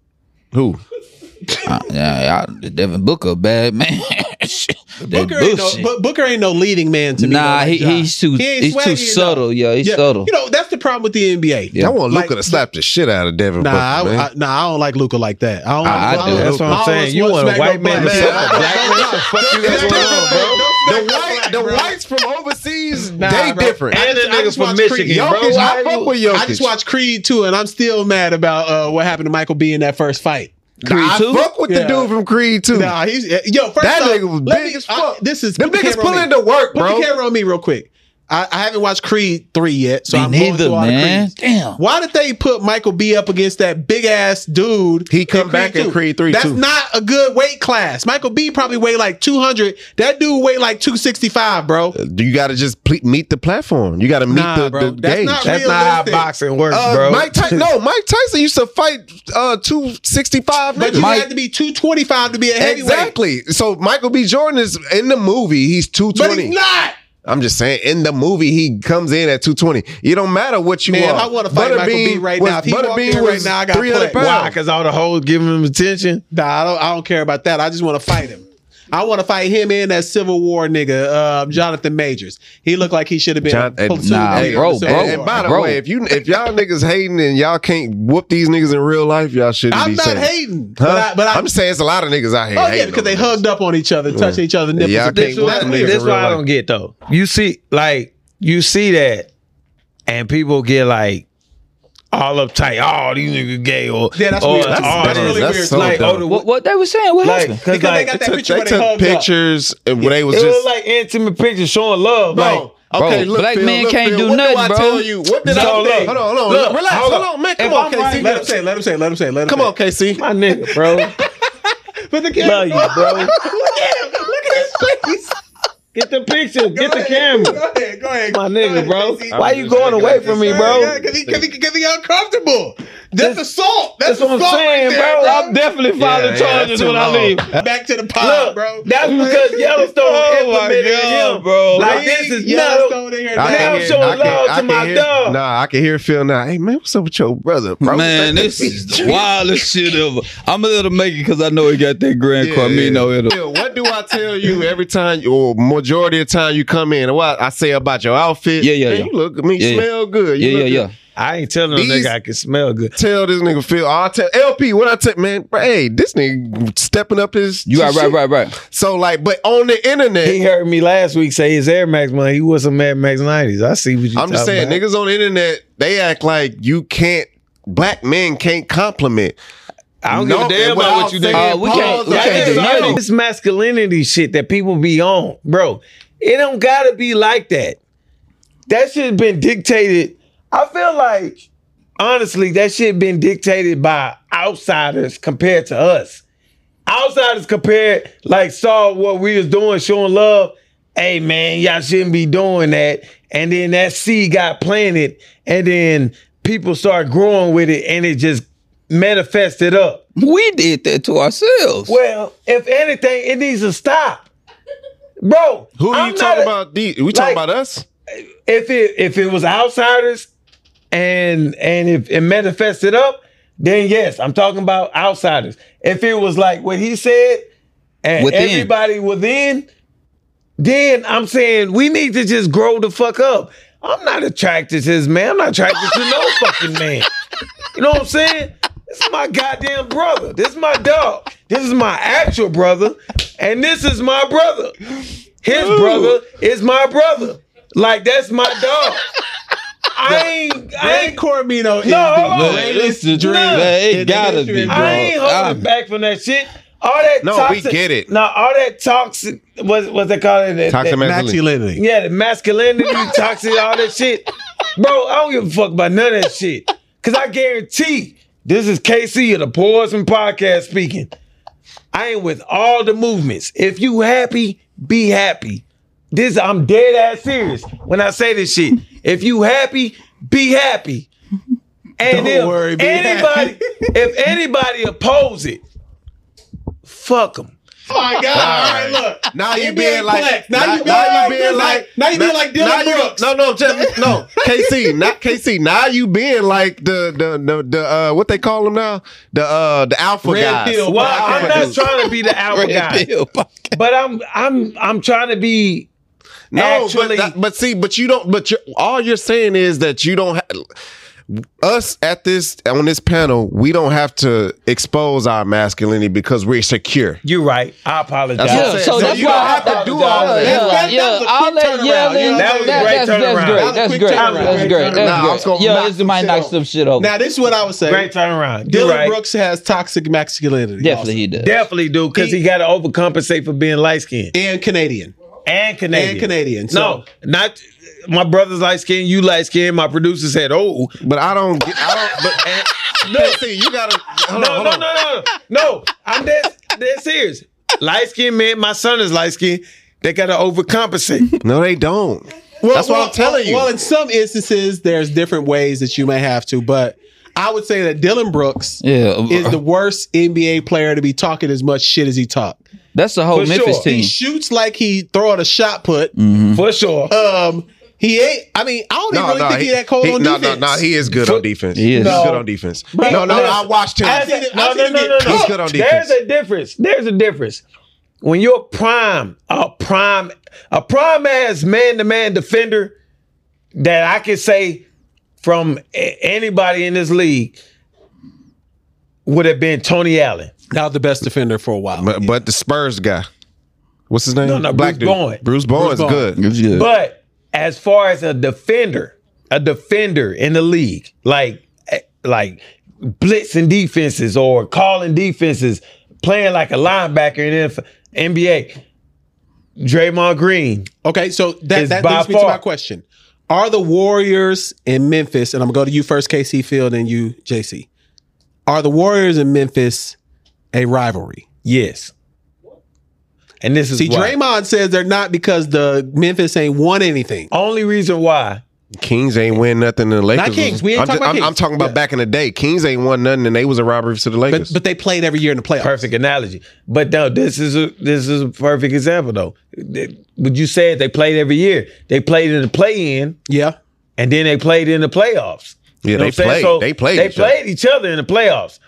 D: Who?
B: Uh, yeah, I, Devin Booker, bad man. *laughs* Shit, that
C: Booker ain't, no,
B: bullshit.
C: Bu- Booker ain't no leading man to me. though,
B: nah,
C: like
B: he,
C: Ja.
B: he's too
C: He ain't
B: he's too
C: swaggy enough.
B: subtle, yo. He's
C: Yeah,
B: subtle.
C: You know that's the problem with the NBA.
B: Yeah.
D: I want Luca
C: Like-
D: to slap the shit out of Devin
C: Nah, I,
D: Booker, man.
C: I, nah, I don't like Luca like that. I don't.
B: I- I
C: don't-
B: do.
C: don't-
A: That's what
C: I
A: I'm
C: don't
A: saying. You
C: want
A: want a
C: smack
A: white
C: no
A: man to
C: black
A: slap a
C: man.
A: black man?
D: What the fuck you got
C: Don't
D: going on,
C: smack
D: bro?
C: no
D: The white,
C: black
D: the
C: bro.
D: whites from overseas,
C: Nah,
D: they
C: bro.
D: different.
A: And the
C: just- I
A: niggas
C: just
A: from
C: watch
A: Michigan,
C: Creed.
A: bro.
D: Jokic, I
A: Why
D: fuck
A: you-
D: with Jokic.
C: I just watched Creed 2 and I'm still mad about uh, what happened to Michael B in that first fight.
B: Creed
D: I
B: too?
D: fuck with the
C: Yeah.
D: dude from Creed too.
C: Nah, he's uh, yo. First
D: That
C: off,
D: nigga was
C: let
D: big
C: me-
D: as fuck.
C: I- this is
D: Them
C: put the
D: niggas
C: camera on
D: pulling
C: me.
D: to work,
C: Put
D: bro.
C: the camera on me real quick. I, I haven't watched Creed three yet, so
B: Me
C: I'm going
B: neither,
C: through all
B: man.
C: the Creeds.
B: Damn.
C: Why did they put Michael B up against that big ass dude?
D: He come back in
C: 2?
D: Creed 3
C: That's
D: too.
C: not a good weight class. Michael B probably weighed like two hundred. That dude weighed like two sixty five, bro.
D: You got to just ple- meet the platform. You got to meet
C: Nah,
D: the,
C: bro.
D: the
C: That's
D: gauge.
C: not
A: That's not how
C: Realistic.
A: boxing works,
D: Uh,
A: bro.
D: Mike Tyson, *laughs* no, Mike Tyson used to fight uh, two sixty five
C: But you
D: niggas.
B: Mike-
C: had to be two twenty five to be a heavyweight.
D: Exactly. So Michael B. Jordan is in the movie. He's two
C: but he's
D: twenty.
C: not.
D: I'm just saying, in the movie, he comes in at two twenty. It don't matter what you
C: Man,
D: are.
C: if I wanna fight Michael B. right now, if he walked in right now, I got
D: 300
C: put.
A: Why?
D: pounds.
A: Because all the hoes giving him attention.
C: Nah, I don't, I don't care about that. I just want to fight him. I want to fight him and that Civil War nigga, um, Jonathan Majors. He looked like he should have been.
D: John-
C: a platoon
B: Nah,
C: nigga
B: bro,
C: in the
D: And,
C: Civil
B: bro.
C: War.
D: and by the
B: Bro.
D: way, if you if y'all niggas hating and y'all can't whoop these niggas in real life, y'all shouldn't
C: I'm
D: be
C: not
D: saying.
C: hating,
D: Huh?
C: but I, but I,
D: am saying it's a lot of niggas out here.
C: oh yeah,
D: hating
C: because
D: on
C: they
D: niggas.
C: hugged up on each other, touching each other's nipples.
D: Yeah, I
C: and things.
D: can't
C: That's
D: whoop
A: That's
D: niggas
C: weird.
D: in
A: that's
D: real
A: why I
D: life.
A: don't get though. You see, like you see that, and people get like all uptight. Oh, these niggas gay or
C: Yeah,
D: Oh,
C: that's
A: or,
C: weird. That's-
A: all
C: that's
A: this.
C: really That's weird. so
A: like,
D: dumb.
A: oh, the,
B: What what they were saying? What
A: like
C: *laughs*
B: happened?
A: because
C: Because they
A: like
C: got
A: it
C: that
D: Took-
C: picture
D: they
C: where they
D: took
C: hugged up.
D: pictures and when they was
A: was
D: just
A: like intimate pictures showing love,
D: bro.
A: like.
D: Okay,
B: Bro,
D: look,
B: black
D: Phil,
B: man
D: look,
B: can't
D: Phil,
B: do
D: what
B: nothing,
D: do I
B: bro.
D: Tell you what did
A: No,
D: I think?
A: look.
D: Hold on, hold on,
A: Look,
D: relax.
A: hold
D: Hold on,
A: on.
D: man. Come
B: If
D: on,
B: I'm right-
D: KC.
C: Let him say, it, let him say, it, let him say, it, let him
D: Come
C: say.
D: on, KC.
A: My nigga, bro.
C: But the
A: Love
C: camera.
A: you, bro.
C: Look at him. Look at his face.
A: Get the picture. Get the
C: Go ahead.
A: camera.
C: Go ahead. Go ahead.
A: My nigga, bro. Why
D: I'm
A: you
D: just
A: going
D: thinking
A: away
D: like
A: from me, bro?
C: Because he, cause he, cause he uncomfortable. That's,
A: That's-
C: assault. That's,
A: That's what I'm
C: assault right
A: saying,
C: there,
A: bro. I'm definitely filing
D: yeah,
A: charges
D: that's too
A: when I
D: long.
A: leave.
C: Back to the pod,
A: Look,
C: bro. Oh,
A: that's because Yellowstone implemented him, bro. Like, this is
C: Yellowstone in here.
A: I
D: can
A: Now
C: Now
A: can't-
D: hear-
A: show
D: I can-
A: love
D: I
A: to
D: can
A: my
D: hear-
A: dog.
D: Nah, I can hear Phil now. Hey man, what's up with your brother, bro?
E: Man, this is the wildest shit ever. I'm gonna let him make it because I know he got that Grand
D: Yeah,
E: Carmino
D: yeah.
E: in him.
D: Phil, what do I tell you every time, or majority of the time you come in? What I say about your outfit?
E: Yeah, yeah,
D: Man,
E: yeah.
D: You look, I mean, you
E: Yeah, yeah.
D: smell good. You
E: Yeah, yeah,
D: look
E: yeah.
D: good.
A: I ain't telling them
D: These-
A: nigga I can smell good.
D: Tell this nigga Phil. I tell LP what I tell man. bro, Hey, this nigga stepping up his.
E: You right,
D: shit.
E: right, right, right.
D: So like, but on the internet,
A: He heard me last week say his Air Max money. He was some Air Max nineties. I see what you.
D: I'm just
A: talking
D: saying,
A: about.
D: niggas on the internet, they act like you can't. Black men can't compliment.
A: I don't
D: No,
A: give a damn
D: and what
A: about
D: I'll
A: what you
D: say
A: think.
D: is
B: Uh, we can't- we
D: pause,
B: can't
D: okay,
B: do
D: so-
B: nothing.
A: This masculinity shit that people be on, bro. It don't gotta be like that. That shit been dictated. I feel like honestly, that shit been dictated by outsiders compared to us. Outsiders compared, like saw what we was doing, showing love. Hey man, y'all shouldn't be doing that. And then that seed got planted, and then people start growing with it, and it just manifested up.
B: We did that to ourselves.
A: Well, if anything, it needs to stop, bro.
D: Who are
A: I'm
D: you
A: not
D: talking
A: a-
D: about? D? We
A: like-
D: talking about us?
A: If it if it was outsiders, and and if it manifested up, then yes, I'm talking about outsiders. If it was like what he said, and
B: Within.
A: everybody within, then I'm saying we need to just grow the fuck up. I'm not attracted to this man. I'm not attracted to
D: *laughs*
A: no fucking man. You know what I'm saying? This is my goddamn brother. This is my dog. This is my actual brother. And this is my brother. His brother is my brother. Like that's my dog. I ain't I
C: Ray
A: ain't
C: Cormino is
A: No, hold
C: the
A: on.
C: greatest
A: Listen,
C: dream.
A: no.
E: Man, it
C: in the
E: gotta
C: history
E: be,
C: of
E: bro.
A: I ain't holding
E: I'm-
A: back from that shit. All that
D: No, we
A: toxic,
D: get it.
A: No, all that toxic was what they call it. that-
D: Toxic
A: that-
D: masculinity.
C: Masculinity.
A: yeah, the masculinity, toxic, all that shit. Bro, I don't give a fuck about none of that shit. Cause I guarantee this is KC of the Poison Podcast speaking. I ain't with all the movements. If you happy, be happy. This I'm dead ass serious when I say this shit. If you happy, be happy. And
C: Don't
A: if
C: worry, be
A: anybody, if anybody oppose it, fuck them.
C: my God! All right, look.
D: Now you
C: NBA
D: being like,
C: flex. Now you being like- now you being like Dylan
D: now you-
C: Brooks.
D: No, no, just, no. KC, not KC. Now you being like the the the, the uh, what they call them now, the uh, the alpha
C: Red
D: guys.
C: pill.
A: Well,
C: Alpha
A: I'm not
C: dude.
A: trying to be
C: *laughs*
A: the alpha guy, but I'm I'm I'm trying to be
D: No,
A: Actually-
D: but, that- but see, but you don't. But you're, all you're saying is that you don't. Ha- us at this on this panel, we don't have to expose our masculinity because we're secure.
A: You're right. I apologize.
D: That's what I'm
B: Yeah,
D: saying.
B: so
D: So
B: that's
D: you
B: why
D: don't
B: I
D: have to do all
B: yeah,
D: that.
C: That- that-
B: Yeah,
C: that was a
B: all
C: quick
B: that
C: turnaround.
B: yelling.
C: You know,
A: that was a
B: that-
A: great
B: that's, that's
A: turnaround.
B: great.
C: That was
B: That's
C: a
B: great.
C: quick turnaround.
B: That's great.
D: Nah, I was
B: That's great.
D: gonna
B: Yo,
D: knock
B: this might
D: some
B: knock
D: shit
B: some shit over.
C: Now this is what I would say.
A: Great turnaround. You're
C: Dylan
A: right.
C: Brooks has toxic masculinity.
B: Definitely he does.
A: Definitely do because he, got to overcompensate for being light skinned
C: also. and Canadian.
A: and Canadian.
C: And Canadian,
A: No, not my brother's light skinned, you light skinned. My producer said, "Oh,
D: But I don't. Get, I don't. But and, no, see, you gotta. Hold on,
A: no, no,
D: hold
A: no, no,
D: on.
A: no, no." I'm dead, dead serious. Light skinned man, my son is light skinned. They got to overcompensate.
D: No, they don't. That's what I'm telling you.
C: Well, in some instances, there's different ways that you may have to, but I would say that Dylan Brooks
B: Yeah, uh,
C: is the worst NBA player to be talking as much shit as he talk.
B: that's the whole
A: For
B: Memphis
A: sure.
B: team.
C: He shoots like he throwing a shot put.
D: Mm-hmm.
A: for sure.
C: Um, he ain't. I mean, I don't even really think he that cold on
D: no,
C: defense.
D: No, no, he is good on defense.
B: He is.
D: He's
B: No.
D: good on defense.
C: Bro,
D: no, no,
C: listen,
D: I watched him.
C: I
A: That's
C: seen
A: it.
C: him-
A: No,
C: I've seen
A: no,
C: him
A: no,
C: get
A: no, no.
D: cooked. He's good on
A: There's
D: defense.
A: a difference. There's a difference. When you're prime, a prime, a prime ass man to man defender that I can say from a- anybody in this league would have been Tony Allen.
C: Now the best defender for a while.
D: But, but the Spurs guy, what's his name?
A: No, no, Bruce Bowen.
D: Bruce Bowen's
C: Bruce Bowen.
D: good.
B: It was good.
A: But as far as a defender, a defender in the league, like eh, like blitzing defenses or calling defenses, playing like a linebacker in the NBA, Draymond Green,
C: Okay, so that,
A: Is
C: that
A: by
C: leads me to
A: far.
C: my question. Are the Warriors in Memphis, and I'm gonna go to you first, KC Field, and you, JC. Are the Warriors in Memphis a rivalry?
A: yes. And this is
C: See,
A: why.
C: Draymond says they're not because the Memphis ain't won anything.
B: Oh,
A: Only reason why
D: Kings ain't win nothing in the Lakers.
C: Not Kings. We ain't
D: I'm,
C: talking about
D: I'm, I'm
C: Kings.
D: talking about
C: Yeah.
D: back in the day. Kings ain't won nothing, and they was a robbery to the
C: But
D: Lakers.
C: but they played every year in the playoffs.
A: perfect analogy. But no, this is a this is a perfect example though. Th- Would you say they played every year? They played in the play in,
C: Yeah.
A: and then they played in the playoffs.
D: yeah,
A: You know
D: they
A: what I'm saying?
D: played.
A: So
D: they played.
A: They
D: each other.
A: played each other in the playoffs.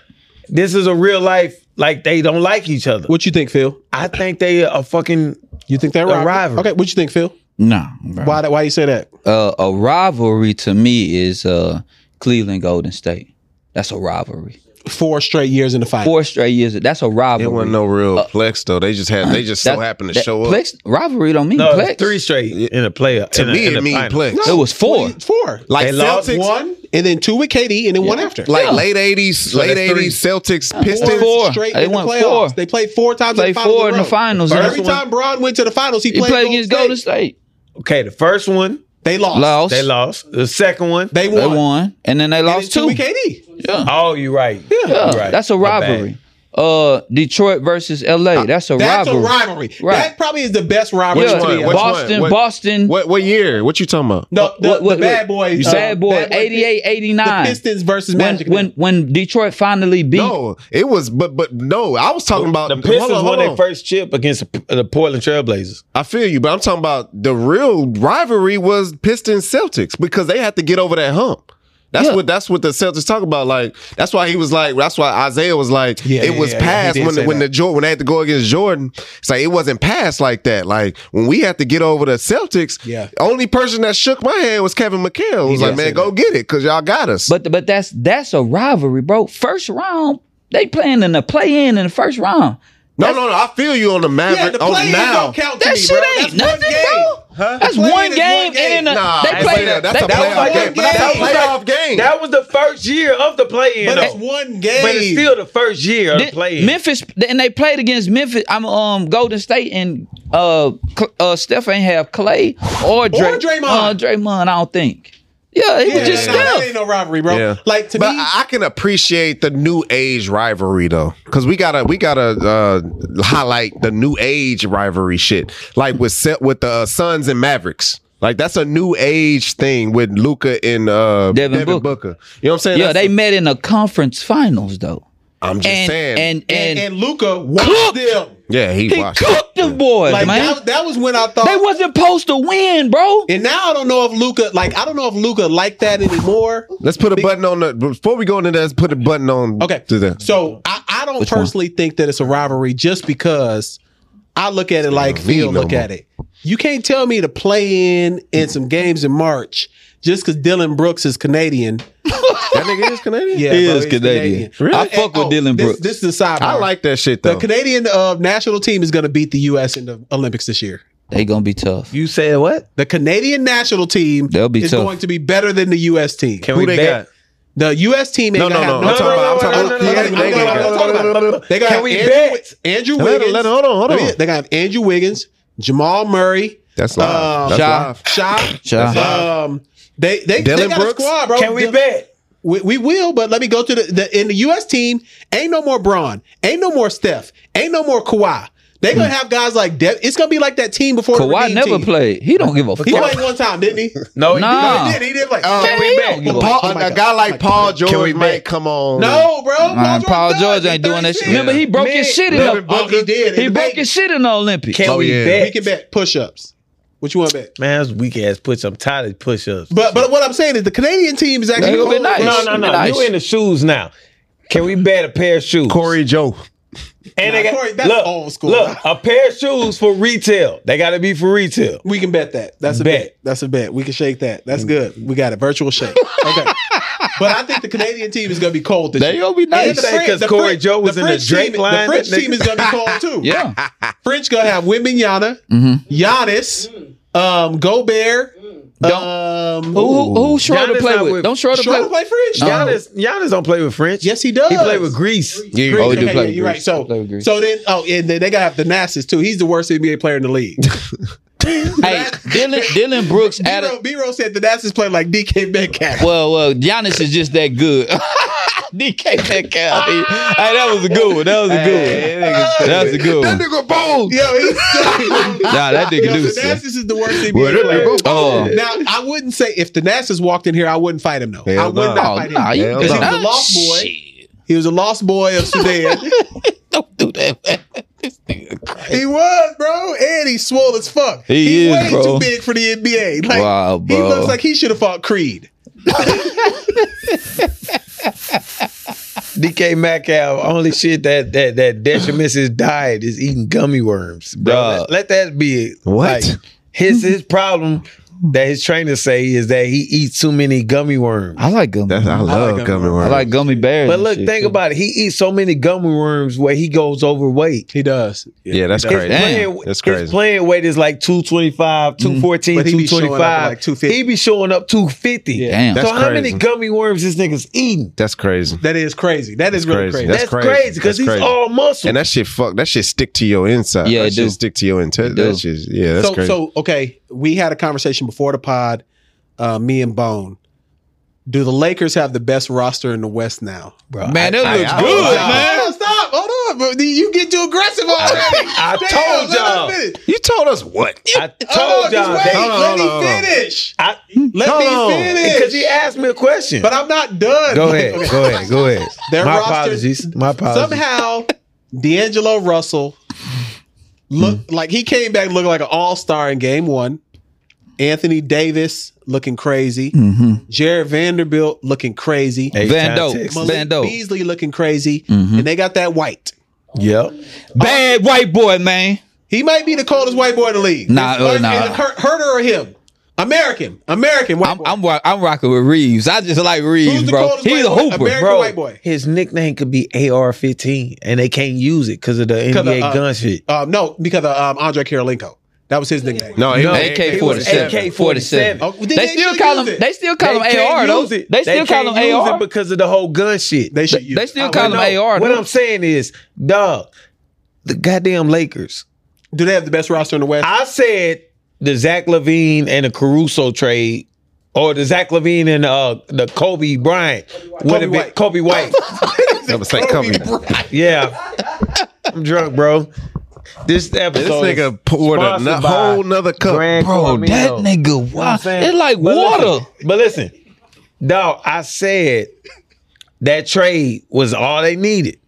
A: This is a real life. Like they don't like each other.
C: What you think, Phil?
A: I think they are fucking.
C: You think they're
A: A rivalry.
C: Okay, what you think, Phil?
B: Nah, bro.
C: Why why you say that?
B: uh, a rivalry to me is uh, Cleveland Golden State. That's a rivalry.
C: Four straight years in the final.
B: Four straight years. That's a
D: It
B: rivalry.
D: wasn't no real flex though. They just had. They just so
B: That-
D: happened to
B: that-
D: show up.
B: Plex, rivalry don't mean
A: No,
B: Plex.
A: it's uh, three straight in a playoff.
D: To
A: in a-
D: me,
A: in
D: it
A: a
D: mean
A: final.
D: flex.
B: It was four.
C: Four.
D: Like
A: They lost
D: Celtics,
C: One and then two with KD and then one after.
D: like
B: Yeah.
D: late '80s, late
A: that's three.
D: '80s Celtics, Pistons.
B: Four.
C: straight
B: They
C: in the
B: won
C: playoffs.
B: four.
C: They played four times
B: Played
C: in the finals.
B: four
C: in a
B: in the
C: row.
B: finals, and
C: Every
B: that's one-
C: time Braun went to the finals, he,
B: He
C: played,
B: played against Golden State.
A: Okay, the first one
C: They lost.
B: Lost.
A: they lost. The second one.
C: They won.
B: They won, and then they
C: And
B: lost
C: it's two.
B: two.
C: with KD.
B: Yeah.
A: oh, you're right.
B: Yeah,
A: You're right.
B: Uh, that's a
A: My bad.
B: rivalry. Uh, Detroit versus LA. That's a
C: That's
B: rivalry.
C: a rivalry.
B: Right.
C: That probably is the best rivalry.
B: Yeah,
C: to me.
D: one? Which
B: Boston,
D: What-
B: Boston.
D: What what year? What you talking about?
C: No, the,
B: What- what-
C: the bad
B: what-
C: boys. uh,
B: bad boy,
C: Pist-
B: 88,
C: The
B: 89.
C: Pistons versus
B: when,
C: Magic.
B: when when Detroit finally beat
D: No, it was. But but no, I was talking about
A: The Pistons
D: Uh, hold
A: won
D: on, hold
A: their
D: on.
A: first chip against the, the Portland Trailblazers.
D: I feel you, but I'm talking about the real rivalry was Pistons Celtics because they had to get over that hump. That's
B: Yeah.
D: what that's what the Celtics talk about. Like that's why he was like that's why Isaiah was like
C: Yeah,
D: it
C: yeah,
D: was
C: yeah,
D: past
C: he did
D: when the,
C: say
D: when
C: that.
D: the Jordan when they had to go against Jordan. It's like it wasn't passed like that. Like when we had to get over the Celtics,
C: Yeah.
D: only person that shook my hand was Kevin McHale. He was
C: did
D: like,
C: say
D: man, go get it because y'all got us.
B: But but that's that's a rivalry, bro. First round, they playing in the play in in the first round.
D: no, no, no, I feel you on the
C: yeah,
D: Maverick.
C: the
D: on
C: play
D: now,
C: don't count to
B: Oh, That
C: me,
B: shit
C: bro.
B: ain't
C: That's one
B: nothing,
C: game.
B: bro. That's
C: Playing
B: one
C: is
B: game,
C: one game.
B: and then a,
D: Nah,
B: they
D: that's
B: played.
D: a-
B: a-
D: that's
B: they-
D: a
B: that was
D: playoff
B: one
D: game. But that's a
B: game.
D: playoff game.
A: That was the first year of the play-in.
C: But it's
A: though.
C: one game.
A: but it's still the first year of the
B: Then
A: play-in.
B: Memphis, and they played against Memphis. I'm um Golden State and uh Cl- uh Steph ain't have Clay or, Dray-
C: Draymond.
B: Uh, Draymond, I don't think. Yeah, it
C: Yeah,
B: was just
C: nah, that
B: Steph.
C: ain't no robbery, bro.
D: Yeah.
C: Like to
D: but
C: me,
D: I I can appreciate the new age rivalry though, because we gotta we gotta uh, highlight the new age rivalry shit, like with Se- with the uh, Suns and Mavericks. Like that's a new age thing with Luca and uh,
B: Devin Booker.
D: Devin, Booker. You know what I'm saying?
B: Yeah,
D: That's-
B: they met in a conference finals though.
D: I'm just
B: And
D: saying.
B: and
C: and,
B: and,
C: and Luca watched them.
D: yeah, he,
B: he
D: watched.
B: cooked the boys,
C: Like
B: man.
C: that, that was when I thought
B: they wasn't supposed to win, bro.
C: And now I don't know if Luca, like I don't know if Luca liked that anymore.
D: Let's put a button on the before we go into that. Let's put a button on.
C: Okay,
D: to that.
C: so I, I don't
B: Which one?
C: personally think that it's a rivalry just because I look at it like
D: me
C: Phil
D: no
C: look
D: more.
C: at it. You can't tell me to play in in some games in March just because Dylan Brooks is Canadian.
D: that nigga is Canadian.
E: He
C: bro,
E: is
C: he's
E: Canadian. Really? I fuck with Dylan
C: this-
E: Brooks.
C: This, is a sidebar.
D: I like that shit
C: the
D: though.
C: Canadian uh, national team is going to beat the U.S. in the Olympics this year.
B: They gonna be tough.
A: You said what?
C: The Canadian national team
B: They'll be
C: is
B: tough.
C: going to be better than the U.S. team.
A: Can
D: Who
A: we
D: they
A: bet?
C: The U.S. team ain't
D: No, no,
C: gonna have
D: no. I'm talking about- I'm talking about-
C: no, no, no, no, no, no, no, no, no, no, no, no. They got
A: Can we
C: Andrew,
A: bet?
C: Andrew
D: Let her-
C: Wiggins.
D: let her- hold on, hold
C: Let me-
D: on.
C: They got Andrew Wiggins, Jamal Murray,
D: That's live.
C: Um,
D: That's
B: Ja-
D: live.
C: Shaq.
B: Ja.
C: Um, they they, they
D: Dylan
C: got a
D: Brooks?
C: squad, bro.
A: Can we
C: Dylan-
A: bet?
C: We, we will, but let me go to the, the in the U.S. team. Ain't no more Braun. Ain't no more Steph. Ain't no more Kawhi. They gonna have guys like De- it's gonna be like that team before the
B: Hmm. Kawhi
C: Redeem
B: never
C: team.
B: played. Oh. He don't give a fuck.
C: He played one
B: *laughs*
C: time, didn't he?
A: No,
B: Nah.
C: No, he did. He did play.
B: Man,
A: we
B: he
A: bet.
B: don't give a
D: Paul,
C: Oh my
D: a
C: God.
D: guy like Paul
A: Can we
D: George
A: bet?
D: might come on.
C: no, bro.
B: Man, Paul
C: done.
B: George
C: He
B: ain't doing that shit.
C: 13.
B: Remember, he broke his shit in
D: Devin
B: the
C: Oh, he did.
B: he
C: In
B: broke
C: Vegas.
B: his shit in the Olympics.
A: Can
D: Oh,
A: we
D: yeah.
A: bet?
C: We can bet push-ups. What you want to bet?
A: Man, that's weak ass push. I'm tired of push ups.
C: But but what I'm saying is the Canadian team is actually
B: They gonna be
C: cold.
B: nice.
A: No, no, no.
B: Nice.
A: You in the shoes now. Can we bet a pair of shoes?
D: Corey Joe.
A: and they
C: Nah,
A: got
C: Corey, that's
A: look,
C: old school.
A: Look, a pair of shoes for retail. They got to be for retail.
C: We can bet that. That's a bet.
A: Bet.
C: That's a bet. We can shake that. That's good. We got a virtual *laughs* shake. Okay. but I think the Canadian team is going to be cold this
E: They
C: year.
E: gonna be nice.
C: And the
A: Say,
C: French-
A: 'cause
C: the
A: Corey
C: French-
A: Joe was in the
C: French
A: Drake
C: team,
A: line,
C: The French
A: that
C: team is going to be cold too.
B: *laughs*
C: *laughs*
B: Yeah. Uh,
C: French going to have Wimbignana, Giannis, um, Gobert. Um,
B: Who who, who Schroeder
A: Giannis
B: play
A: not
B: with?
A: with-
B: Don't Schroeder play
C: Schroeder
B: with?
C: play French?
A: Giannis, Giannis don't play with French.
C: Yes, he does.
A: he played with Greece.
D: Yeah,
C: Greece.
B: Oh, he do play
C: Okay, yeah,
B: with
C: you're
B: Greece.
C: right. So,
B: Play with Greece.
C: so then, oh, and then they gotta have Thanasis too. He's the worst NBA player in the league.
B: Hey,
C: *laughs*
B: Dylan Dylan Brooks at
C: B-Ro,
B: a,
C: B-Ro said Thanasis played like DK Metcalf.
B: well well Giannis is just that good. *laughs* DK Metcalf. Hey, that was a good one. That was a good one. That was a good one.
D: nigga bold.
C: *laughs* Yo, he's-
E: Nah, that
C: Yo,
E: nigga do
C: Thanasis
E: something.
C: is the worst NBA
D: Well, that
C: player.
D: nigga
B: Oh.
D: bold.
C: Now, I wouldn't say if Thanasis walked in here, I wouldn't fight him though. I
D: Hell
C: would
D: no.
C: not
B: Oh,
C: fight him.
B: nah, you
D: Hell
B: did
D: no.
B: not.
C: He was a lost boy.
B: Shit.
C: He was a lost boy of Sudan.
B: Don't do that, man. This nigga crazy.
C: he was, bro, and he's swole as fuck.
E: He is,
C: way
E: bro.
C: too big for the NBA. Like,
B: Wow,
C: He
B: bro.
C: looks like he should have fought Creed.
A: DK Metcalf only shit that that that detriments his diet is eating gummy worms, bro.
E: Bruh.
A: Let, let that be it.
D: What?
A: Like, his his problem that his trainers say is that he eats too many gummy worms.
B: I like gummy.
D: That's I love
C: like
D: gummy
C: him.
B: I
D: worms.
B: like gummy bears.
A: But
B: and
A: look,
B: shit,
A: think
B: too.
A: about it. He eats so many gummy worms where he goes overweight.
C: He does.
D: Yeah, that's
A: His
D: crazy.
B: Damn.
A: playing,
D: that's
A: His
D: crazy.
A: playing weight is like 225, 214,
C: But he be showing up
A: 225.
C: at like 250.
A: He be showing up 250.
B: Damn.
A: So
D: That's
A: how many
D: crazy.
A: gummy worms this nigga's eating?
D: That's crazy.
C: That is crazy. That is really
D: crazy.
C: crazy.
A: That's,
D: That's crazy.
A: crazy because
D: That's
A: he's
D: crazy.
A: all muscle.
D: And that shit fuck. That shit stick to your inside.
B: Yeah,
D: that
B: it
D: shit
B: do.
D: stick to your
B: It
D: intent.
B: do.
D: That shit. Yeah, that's
C: so,
D: crazy.
C: so okay, we had a conversation before the pod, uh, me and Bone. Do the Lakers have the best roster in the West now? Bro,
B: Man, that
D: I-
B: looks
D: I-
B: good,
D: I-
B: man.
C: stop! Hold on, bro. You get too aggressive already.
A: I
C: Damn,
A: told
C: let us
A: y'all.
C: finish.
D: you told us what?
A: I
C: Hold on,
A: told
C: just
A: y'all.
C: wait.
A: that-
D: Hold on,
C: Let
D: hold on, hold on.
C: me finish.
A: I,
C: Let
D: Hold
C: me
D: on.
C: finish.
A: because he asked me a question.
C: but I'm not done.
A: go
D: *laughs*
A: ahead, go ahead, go ahead.
C: Their
A: my
C: roster-
A: apologies. My apologies.
C: Somehow, D'Angelo Russell looked
B: Hmm.
C: like he came back looking like an all star in game one. Anthony Davis looking crazy.
B: Mm-hmm.
C: Jared Vanderbilt looking crazy.
A: Eight
B: Van
A: times
B: Doe.
A: six.
B: Mother-
C: Malik
B: Vando.
C: Beasley looking crazy.
B: Mm-hmm.
C: And they got that white.
A: Yep.
B: Bad white boy, man.
C: He might be the coldest white boy in the league.
B: Nah,
C: As far
B: uh,
C: as-
B: nah.
C: and Her- Herter or him? American. American white
B: I'm
C: boy.
B: I'm, rock, I'm rocking with Reeves. I just like Reeves,
C: Who's the
B: bro.
C: coldest
B: He's a
C: white boy?
B: hooper,
C: American
B: bro.
C: white boy.
A: His nickname could be AR-15, and they can't use it because of the NBA
C: 'Cause of, uh,
A: gun shit.
C: Um, no, because of um, Andre Karolinko. That was his nickname.
D: No, it
A: No,
D: was
B: AK
A: it was
B: 47.
A: AK-47.
C: Oh,
B: They, still
C: should
B: call
C: use
B: him.
C: it.
B: They still call him AR though.
A: use it.
B: They still call
A: can't use
B: him
A: it
B: AR.
A: because of the whole gun shit.
C: They should.
B: They-
C: use
B: they
C: it.
B: still
C: I
B: call
C: would
B: him
C: know.
B: AR.
A: What
B: though.
A: I'm saying is, dog, the goddamn Lakers.
C: Do they have the best roster in the West?
A: I said the Zach Levine and the Caruso trade Or the Zach Levine and uh, the Kobe Bryant would have been Kobe
B: *laughs*
A: White.
D: I'm gonna say Kobe.
A: yeah, I'm drunk, bro. This
D: This
A: episode,
D: nigga poured a
A: sponsored
D: no-
A: by
D: whole nother cup.
A: Grand
B: Bro,
A: Cornmeal.
B: that
A: You know
B: nigga,
A: what
B: wow.
A: I'm saying?
B: Ah, It's like
A: But
B: water.
A: Listen, but listen, dog, I said that trade was all they needed.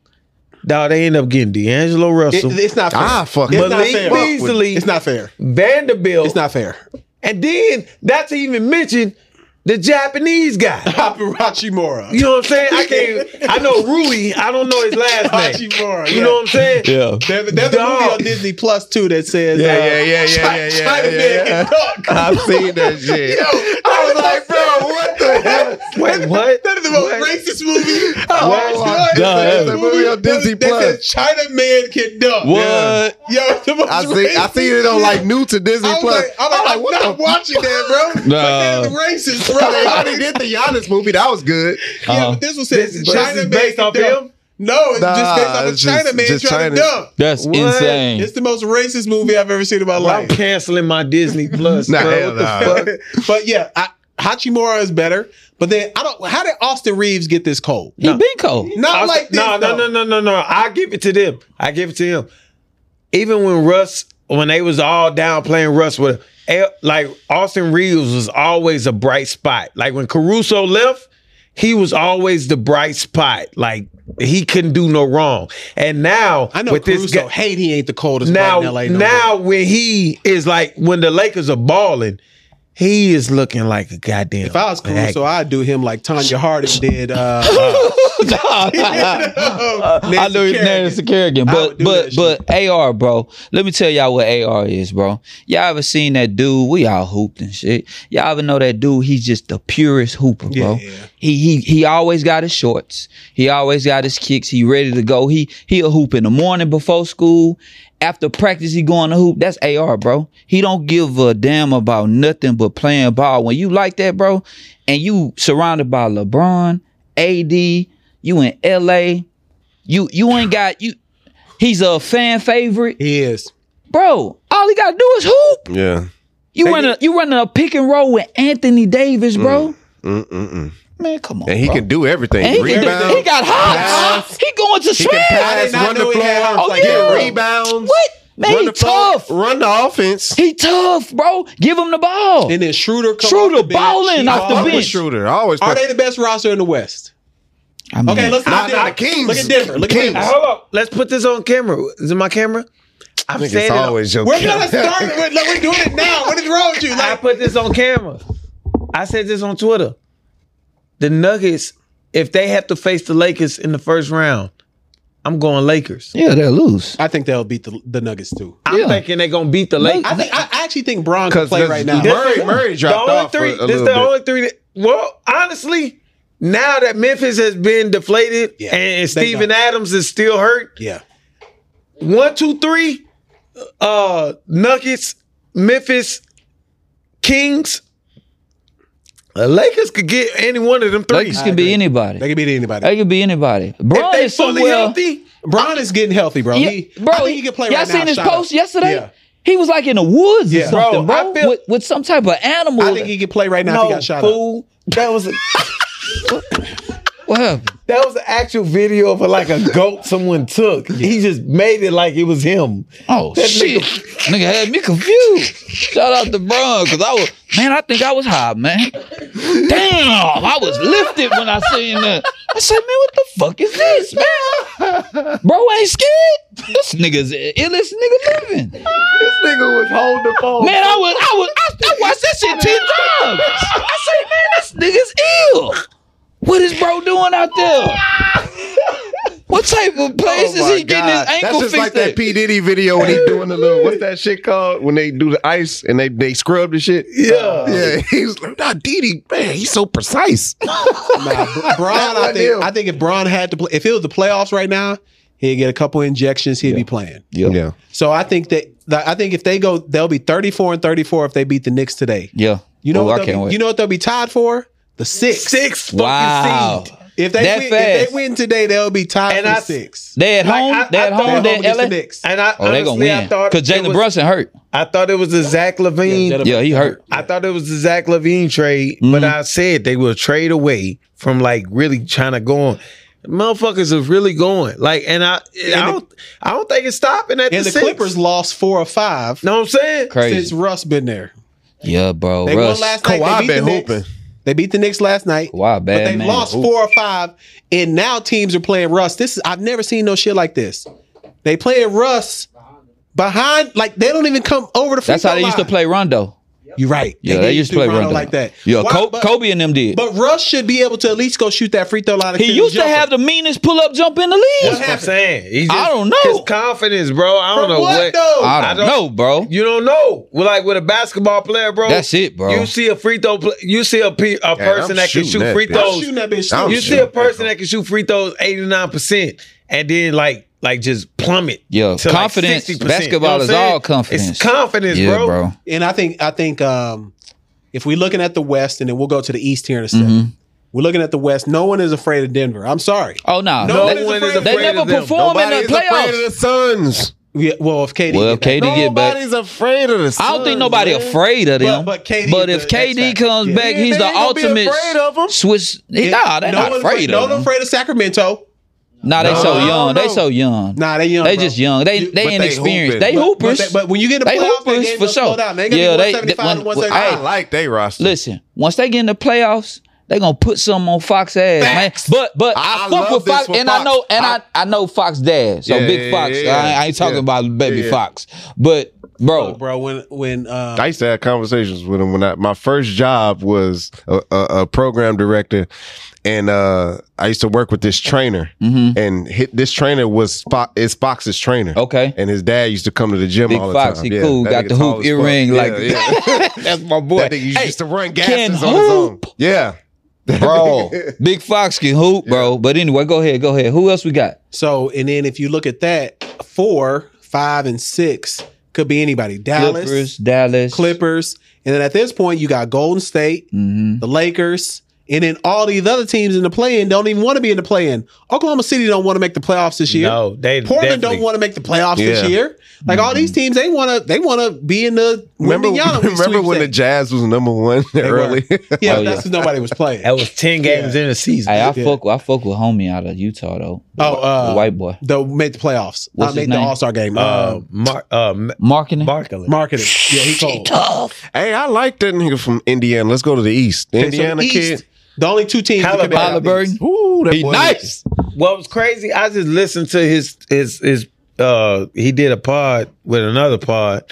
A: Dog, they end up getting D'Angelo Russell,
C: It- it's not fair.
D: Ah, fuck.
C: It's not
A: Malik
C: fair.
A: Beasley,
C: It's not fair.
A: Vanderbilt,
C: It's not fair.
A: and then not to even mention the Japanese guy.
C: Hachimura.
A: You know what I'm saying? I can't. I know Rui. I don't know his
C: *laughs* Oh,
A: last name.
C: Hachimura.
A: You know what I'm saying?
E: Yeah.
C: There's, there's a movie
A: Dog.
C: on Disney Plus too that says
D: Yeah,
C: uh,
D: yeah, yeah, yeah, yeah, yeah,
C: China
D: yeah,
C: man
D: yeah.
C: can
D: *laughs*
C: cook.
D: I've seen that shit.
C: I was *laughs* like, bro, what the hell? *laughs*
A: Wait, what?
C: That is the most racist movie. Oh,
A: What?
C: my God.
E: Nah,
C: It's
E: yeah.
C: a
D: Movie on
C: that-
D: Disney
C: that says China man can duck.
E: What?
C: Yo, it's the most
D: I see. I
C: racist-
D: seen it on like new to Disney
C: I was
D: Plus.
C: like, I'm, like, I'm not
D: *laughs*
C: watching that, bro.
E: Nah.
C: Like, that is racist, bro.
D: I already did the Giannis movie. That was good.
C: Yeah,
E: Uh-huh.
C: but this was said
A: This is-
C: China
A: this is
C: man
A: based
C: can
A: off
C: dunk.
A: him?
C: No, it's
D: Nah,
C: just based off a
D: it's
C: China
D: just-
C: man
D: just
C: trying to
D: China-
C: dunk.
E: That's
A: What?
E: insane.
C: It's the most racist movie I've ever seen in my
A: I'm
C: life. *laughs*
A: canceling my Disney Plus.
D: Nah,
A: bro.
D: hell
A: what the
D: nah.
A: fuck?
C: but yeah, I, Hachimura is better. But then I don't. How did Austin Reeves get this cold?
B: He been cold.
C: *laughs* Not
A: I-
C: like this.
A: No, no, no, no,
C: though.
A: no, no. I give it to them. I give it to him. Even when Russ, when they was all down playing Russ with, eh, like Austin Reeves was always a bright spot. Like when Caruso left, he was always the bright spot. Like he couldn't do no wrong. And now
C: I know
A: with
C: Caruso
A: this guy,
C: hate he ain't the coldest
A: now
C: now, in LA. no more.
A: now when he is like when the Lakers are balling, he is looking like a goddamn.
C: if I was Caruso, I'd do him like
D: *laughs*
C: Tanya Harding did. Uh,
B: *laughs*
E: I know his name is Kerrigan,
C: I
E: but
C: would do
E: but
C: that
B: but AR, bro. Let me tell y'all what AR is, bro. Y'all ever seen that dude? We all hooped and shit. Y'all ever know that dude? He's just the purest hooper, bro.
C: Yeah.
B: He he he always got his shorts. He always got his kicks. He ready to go. He he'll hoop in the morning before school. After practice, he going to hoop. That's AR, bro. He don't give a damn about nothing but playing ball. When you like that, bro, and you surrounded by LeBron, AD, you in LA, you you ain't got you. He's a fan favorite,
C: he is.
B: bro. All he gotta do is hoop.
D: Yeah.
B: You run a you running a pick and roll with Anthony Davis, bro.
C: Mm.
D: Mm-mm-mm.
B: Man, come on.
D: And he
B: bro.
D: can do everything.
B: And he, can-
D: Rebound.
B: he got hops. He going to
D: He can
B: smash.
D: pass,
C: not
D: run the
C: know he
D: floor,
C: had arms
B: like that.
D: get rebounds.
B: What? Man,
D: Run
B: he
D: the floor,
B: tough.
D: Run the offense.
B: He tough, bro. Give him the ball.
C: And then Schroeder. Come
B: Schroeder
C: off the bench.
B: balling
C: He
B: off
C: ball-
B: the
D: I'm a
B: bench.
D: shooter. I always
C: Are
D: play-
C: they the best roster in the West?
B: I mean,
C: Okay, let's
D: Mm. Nah,
C: look
D: nah,
C: at
D: Kings.
C: Denver. Look at Denver. Look at
D: Kings.
C: Denver.
A: Hold up. Let's put this on camera. Is it my camera?
D: I
A: I'm
D: think it's always your
C: We're
D: kid.
C: gonna start. *laughs* We're, look, we're doing it now. What is wrong with you?
A: I
C: Like,
A: put this on camera. I said this on Twitter. The Nuggets, if they have to face the Lakers in the first round, I'm going Lakers.
B: Yeah, they'll lose.
C: I think they'll beat the, the Nuggets too.
A: I'm
B: Yeah.
A: thinking they're gonna beat the Lakers.
C: I think I I actually think Braun can
D: Because
C: play
D: this-
C: right now.
D: this- Murray- Murray dropped
A: the only
D: off
A: three.
D: a- a
A: this the
D: little bit.
A: only three. That, well, honestly, now that Memphis has been deflated
C: Yeah,
A: and, and
C: they
A: Steven
C: don't.
A: Adams is still hurt,
C: Yeah.
A: one, two, three. Uh, Nuggets, Memphis, Kings. The Lakers could get any one of them three.
B: Lakers can be anybody.
C: They can beat anybody.
B: They can be anybody.
A: if
B: Braun
A: they
B: is
A: fully
B: somewhere.
A: healthy,
C: Braun is getting healthy, bro.
B: Yeah,
C: he,
B: bro,
C: I think he can play
B: y'all
C: right now.
B: seen his
C: Shout out.
B: post yesterday?
C: Yeah.
B: He was like in the woods
C: Yeah.
B: or
C: Bro,
B: something, bro,
A: I feel-
B: with, with some type of animal.
C: I think he can play right now if he
A: no
C: got shot up.
A: fool. That was a,
B: what happened?
A: that was an actual video of like a goat someone took. He just made it like it was him.
B: Oh
D: *laughs*
B: shit, nigga. had me confused. Shout out to Bron because I was man. I think I was high, man. Damn, I was lifted when I seen that. I said, man, what the fuck is this, man? Bro, ain't scared. This nigga's the illest nigga living. Man,
D: This nigga was holding the phone.
B: I was, I was, I, I watched that shit ten times. I said, man, this nigga's ill. What is bro doing out there? What type of place
D: Oh my
B: is he getting
D: God.
B: his ankle
D: *laughs* That's just
B: fixed
D: like that
B: at?
D: P Diddy video when he doing the little what's that shit called when they do the ice and they they scrub the shit. Yeah, yeah. *laughs* He's like, nah, Diddy, man, he's so precise.
C: *laughs* Nah, Braun, I
D: Not
C: think
D: him.
C: I think if Braun had to play, if it was the playoffs right now, he'd get a couple injections. He'd be playing.
D: Yeah,
C: So I think that, that- I think if they go, they'll be thirty four and thirty four if they beat the Knicks today.
B: Yeah.
C: You know
B: Oh,
C: what
B: I
C: they'll
B: can't
C: be,
B: wait.
C: you know what they'll be tied for the six.
A: Six fucking
B: Wow.
A: seed.
C: If they
B: Oh. That
C: win, if
B: fast.
C: they win today, they'll be tied
A: And
C: for
A: I-
C: six.
B: They at
A: Like,
B: home.
A: I-
B: they
A: I
B: at
A: thought-
B: home. They
C: Home against
B: at
C: the
B: LA.
C: Knicks.
A: And I
B: Oh, they
A: honestly,
B: gonna
A: I
B: win
A: thought
B: because
A: it
B: Jalen
A: was-
B: Brunson hurt.
A: I thought it was the Zach Levine.
B: Yeah, he hurt.
A: I thought it was the Zach Levine trade, but
B: Mm-hmm.
A: I said they were trade away from like really trying to go on. Motherfuckers are really going like, and I, I
C: the-
A: don't, I don't think it's stopping at
C: And
A: the,
C: the
A: six.
C: Clippers lost four or five
A: Know what I'm saying?
C: since
B: Crazy.
C: Russ been there.
B: Yeah, bro.
C: They
B: Russ.
C: won last night.
D: Kawhi
C: they beat
D: been
C: the Knicks.
D: hooping.
C: They beat the Knicks last night.
B: Wow,
C: But
B: bad
C: they
B: man.
C: lost four or five, and now teams are playing Russ. This is I've never seen no shit like this. They playing Russ behind, like they don't even come over the. free
B: That's how
C: throw
B: they used to
C: line.
B: play Rondo.
C: You're right.
B: Yeah, they
C: did
B: used to
C: do
B: play
C: Rondo
B: Rondo
C: like that.
B: Yeah,
C: Why-
B: Col-
C: but-
B: Kobe and them did.
C: But Russ should be able to at least go shoot that free throw line.
B: He used to have the meanest pull up jump in the
A: That's
B: league.
A: what I'm saying. He just-
B: I don't know.
A: his confidence, bro. I don't
C: From
A: know
C: what,
A: what.
C: though?
B: I don't,
A: I don't-
B: know, bro.
A: You don't know. Well, like with a basketball player, bro.
B: That's it, bro.
A: You see a free throw. Play, you see a, pe- a person that can
D: shooting
A: shoot
D: that
A: free
D: bitch.
C: I'm
A: throws.
C: shooting that bitch.
D: I'm
C: too.
A: you see a person that can shoot free throws eighty nine percent, and then like like just plummet.
B: Yeah,
A: to, like,
B: confidence.
A: 60%.
B: Basketball
A: You know what
B: is
A: I'm saying?
B: all confidence.
A: It's confidence,
B: yeah,
A: bro.
C: And I think I think um, if we're looking at the West, and then we'll go to the East here in a 2nd
B: Mm-hmm.
C: we We're looking at the West. No one is afraid of Denver. I'm sorry.
B: Oh no,
C: No
B: They-
C: one is
B: they,
C: afraid
B: never
A: of them.
B: perform in
D: Nobody's
B: the
D: afraid of
B: playoffs.
D: the Suns.
C: Yeah, well, if KD,
B: Well,
C: get back-
B: KD get back.
D: Nobody's afraid of the Suns.
B: I don't think nobody
D: man.
B: afraid of them.
C: But- but KD is
B: if
C: the X
B: KD
C: factor.
B: comes
C: Yeah.
B: back,
D: Yeah,
B: he's
D: they
B: the
D: ain't gonna be
B: ultimate
D: afraid of 'em.
B: Swiss. nah, they're
C: no
B: not
C: one
B: afraid
C: no
B: of
C: one
B: them.
C: afraid of Sacramento.
B: Nah, they so
D: No,
B: young.
D: no,
B: They
D: no.
B: so young.
C: Nah, they young.
B: They
C: bro.
B: just young. They
D: but
B: they
D: they
B: inexperienced.
D: hooping.
B: They
D: But-
C: But they-
B: hoopers.
C: But, when you get in the
B: They
C: playoffs,
B: hoopers,
C: they
B: for sure.
C: Slow down. They gonna
B: Yeah,
C: be
B: they-
C: 175 to
B: when-
C: 175.
D: I like they roster.
B: Listen, once they get in the playoffs, they gonna put something on Fox ass,
D: Facts.
B: man. But but
D: I-
B: I,
D: I
B: fuck
D: love
B: with
D: this
B: Fox,
D: with
B: and I
D: Fox.
B: know and I,
D: I-
B: I, know Fox dad, so
D: Yeah,
B: Big
D: yeah,
B: Fox.
D: yeah,
B: I, I ain't talking
D: yeah.
B: about baby
D: Yeah.
B: Fox, but bro,
C: Oh, bro, when when uh,
D: I used to have conversations with him when I, my first job was a, a, a program director, and uh, I used to work with this trainer, and hit, this trainer was Fo- is Fox's trainer.
B: Mm-hmm. Okay.
D: and his dad used to come to the gym
B: Big
D: all the
B: Fox,
D: time.
B: he cool,
D: that
B: got
D: nigga
B: the
D: tall
B: hoop
D: as fuck.
B: earring, like- *laughs*
D: that's my boy. *laughs* That nigga used
B: Hey,
D: to run
B: can
D: gases on his own.
B: hoop.
D: *laughs* Yeah,
B: bro, Big Fox can hoop, bro. But anyway, go ahead, go ahead. Who else we got?
C: so and then if you look at that, four, five, and six could be anybody. Dallas,
B: Clippers, Dallas,
C: Clippers, and then at this point you got Golden State,
B: Mhm.
C: the Lakers, and then all these other teams in the play-in don't even want to be in the play-in. Oklahoma City don't want to make the playoffs this year.
A: No, they
C: Portland
A: definitely-
C: don't want to make the playoffs this
D: Yeah.
C: year. Like all
B: Mm-hmm.
C: these teams, they want to they want to be in the
D: remember, *laughs*
C: Wemby Yanovic
D: remember when the
C: sweepstakes.
D: Jazz was number one early?
C: *laughs*
D: *laughs*
C: yeah,
B: Oh,
C: that's
B: yeah.
C: because nobody was playing.
A: That was ten games in the season.
B: Hey, I
C: Yeah.
B: fuck, with- I fuck with homie out of Utah though. The
C: Oh, uh,
B: white boy,
C: the made the playoffs.
B: What's
C: I
B: his
C: made the
B: name?
C: All Star game.
A: uh,
C: Uh,
A: Mar- uh, M-
B: marketing.
A: Barkley.
C: marketing. Yeah, he cold.
D: hey, I like that nigga from Indiana. Let's go to the East.
C: Okay, so the
D: Indiana
C: East,
D: kid.
C: The only two teams. that could be out of the
B: Halliburton.
C: East.
D: Ooh, that
B: He
D: boy-
B: nice.
A: What was crazy? I just listened to his his his. Uh, he did a pod with another pod,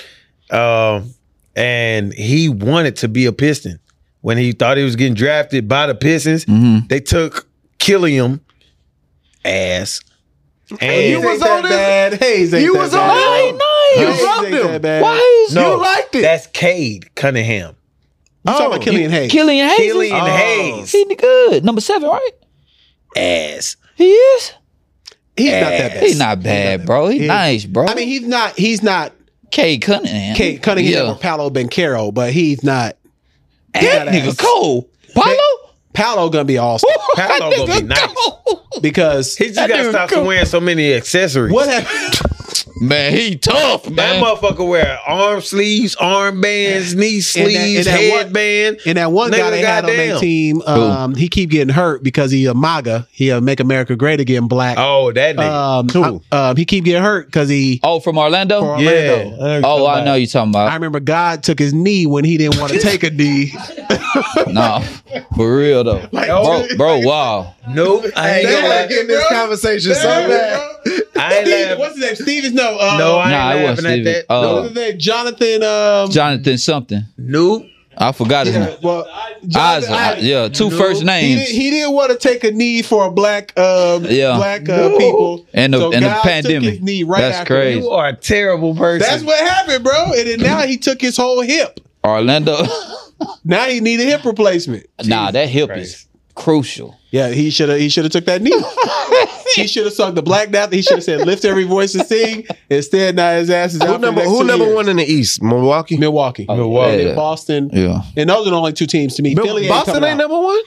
A: um, and he wanted to be a Piston when he thought he was getting drafted by the Pistons.
B: Mm-hmm.
A: They took Killiam ass, and
D: you was
C: Ain't that
D: on it?
C: bad. Hayes ain't
D: You
C: that
D: was
C: bad.
D: on it?
B: Hey,
D: You
B: nice.
C: Hayes
D: dropped
C: ain't that
D: him.
C: bad.
B: Why is
A: no,
D: You liked it.
A: That's Cade Cunningham,
C: You talking
A: Oh.
C: about Killian Hayes?
B: Killian Hayes?
A: Killian
D: Oh.
A: Hayes
B: He good. Number seven, right?
A: ass.
B: He is.
C: he's not that bad.
B: He's not bad, bro. He's nice, bro.
C: I mean, he's not. He's not
B: K Cunningham.
C: Kate Cunningham
B: Yeah.
C: or Paolo Bencaro, but he's not.
B: That
C: Badass.
B: nigga cold. Paolo?
C: Paolo gonna be all star *laughs*
B: That
A: Paolo gonna be
B: nigga
A: nice.
B: cold.
C: because
A: He just
B: That
A: gotta
B: dude
A: stop
B: cool.
A: wearing so many accessories.
C: what happened?
B: Man, he tough,
A: That
B: man.
A: motherfucker wear arm sleeves, armbands, knee sleeves,
C: and that one-
A: headband.
C: *laughs* And that one guy
A: Nigga,
C: they had on their
A: goddamn.
C: team, um, he keep getting hurt because he a MAGA. He a Make America Great Again black.
A: Oh, that nigga.
C: um,
D: Cool.
C: I- um, he keep getting hurt because he.
B: Oh, from Orlando?
C: for
A: Yeah.
C: Orlando.
B: Oh, I know you're talking
C: I
B: about.
C: remember God took his knee when he didn't want to take a knee.
B: no. For real though. bro, bro, wow.
A: nope. I ain't
D: They
A: gonna
D: want
A: laugh.
D: to get in this
C: Bro.
D: conversation so
C: Damn,
D: bad.
A: *laughs* I
C: *laughs*
A: ain't
C: Steve-
A: laughing.
C: what's his name? Stevens? No, uh,
A: No, I ain't
B: Nah, it
A: laughing
B: wasn't
A: at
B: even-
A: that.
B: uh,
C: what's his name? Jonathan. Um,
B: Jonathan something.
A: nope.
B: I forgot his name.
C: well,
B: Isaac.
C: Jonathan Isaac.
B: Yeah, two first
C: He,
B: names.
C: did, he didn't want to take a knee for a black, um,
B: Yeah.
C: black uh, people,
B: And the- and the
C: God
B: pandemic.
C: Took his knee right
B: That's
C: after.
B: crazy.
A: You are a terrible person.
C: That's what happened, bro. And then now he took his whole hip.
B: Orlando. *laughs*
C: Now he need a hip replacement.
B: nah, that hip
A: Christ.
B: is crucial.
C: Yeah, he should have. He should have took that knee. *laughs* he should have sung the black Dab. He should have said, "Lift every voice and sing." Instead, now his ass is out.
D: Who
C: for the
D: number
C: next
D: who
C: two
D: number
C: years.
D: one in the East? Milwaukee.
C: Milwaukee,
B: Oh,
C: And then
B: yeah.
C: Boston,
B: Yeah.
C: and those are the only two teams to me.
D: Mil-
C: Philly
D: Boston ain't
C: number.
D: number one.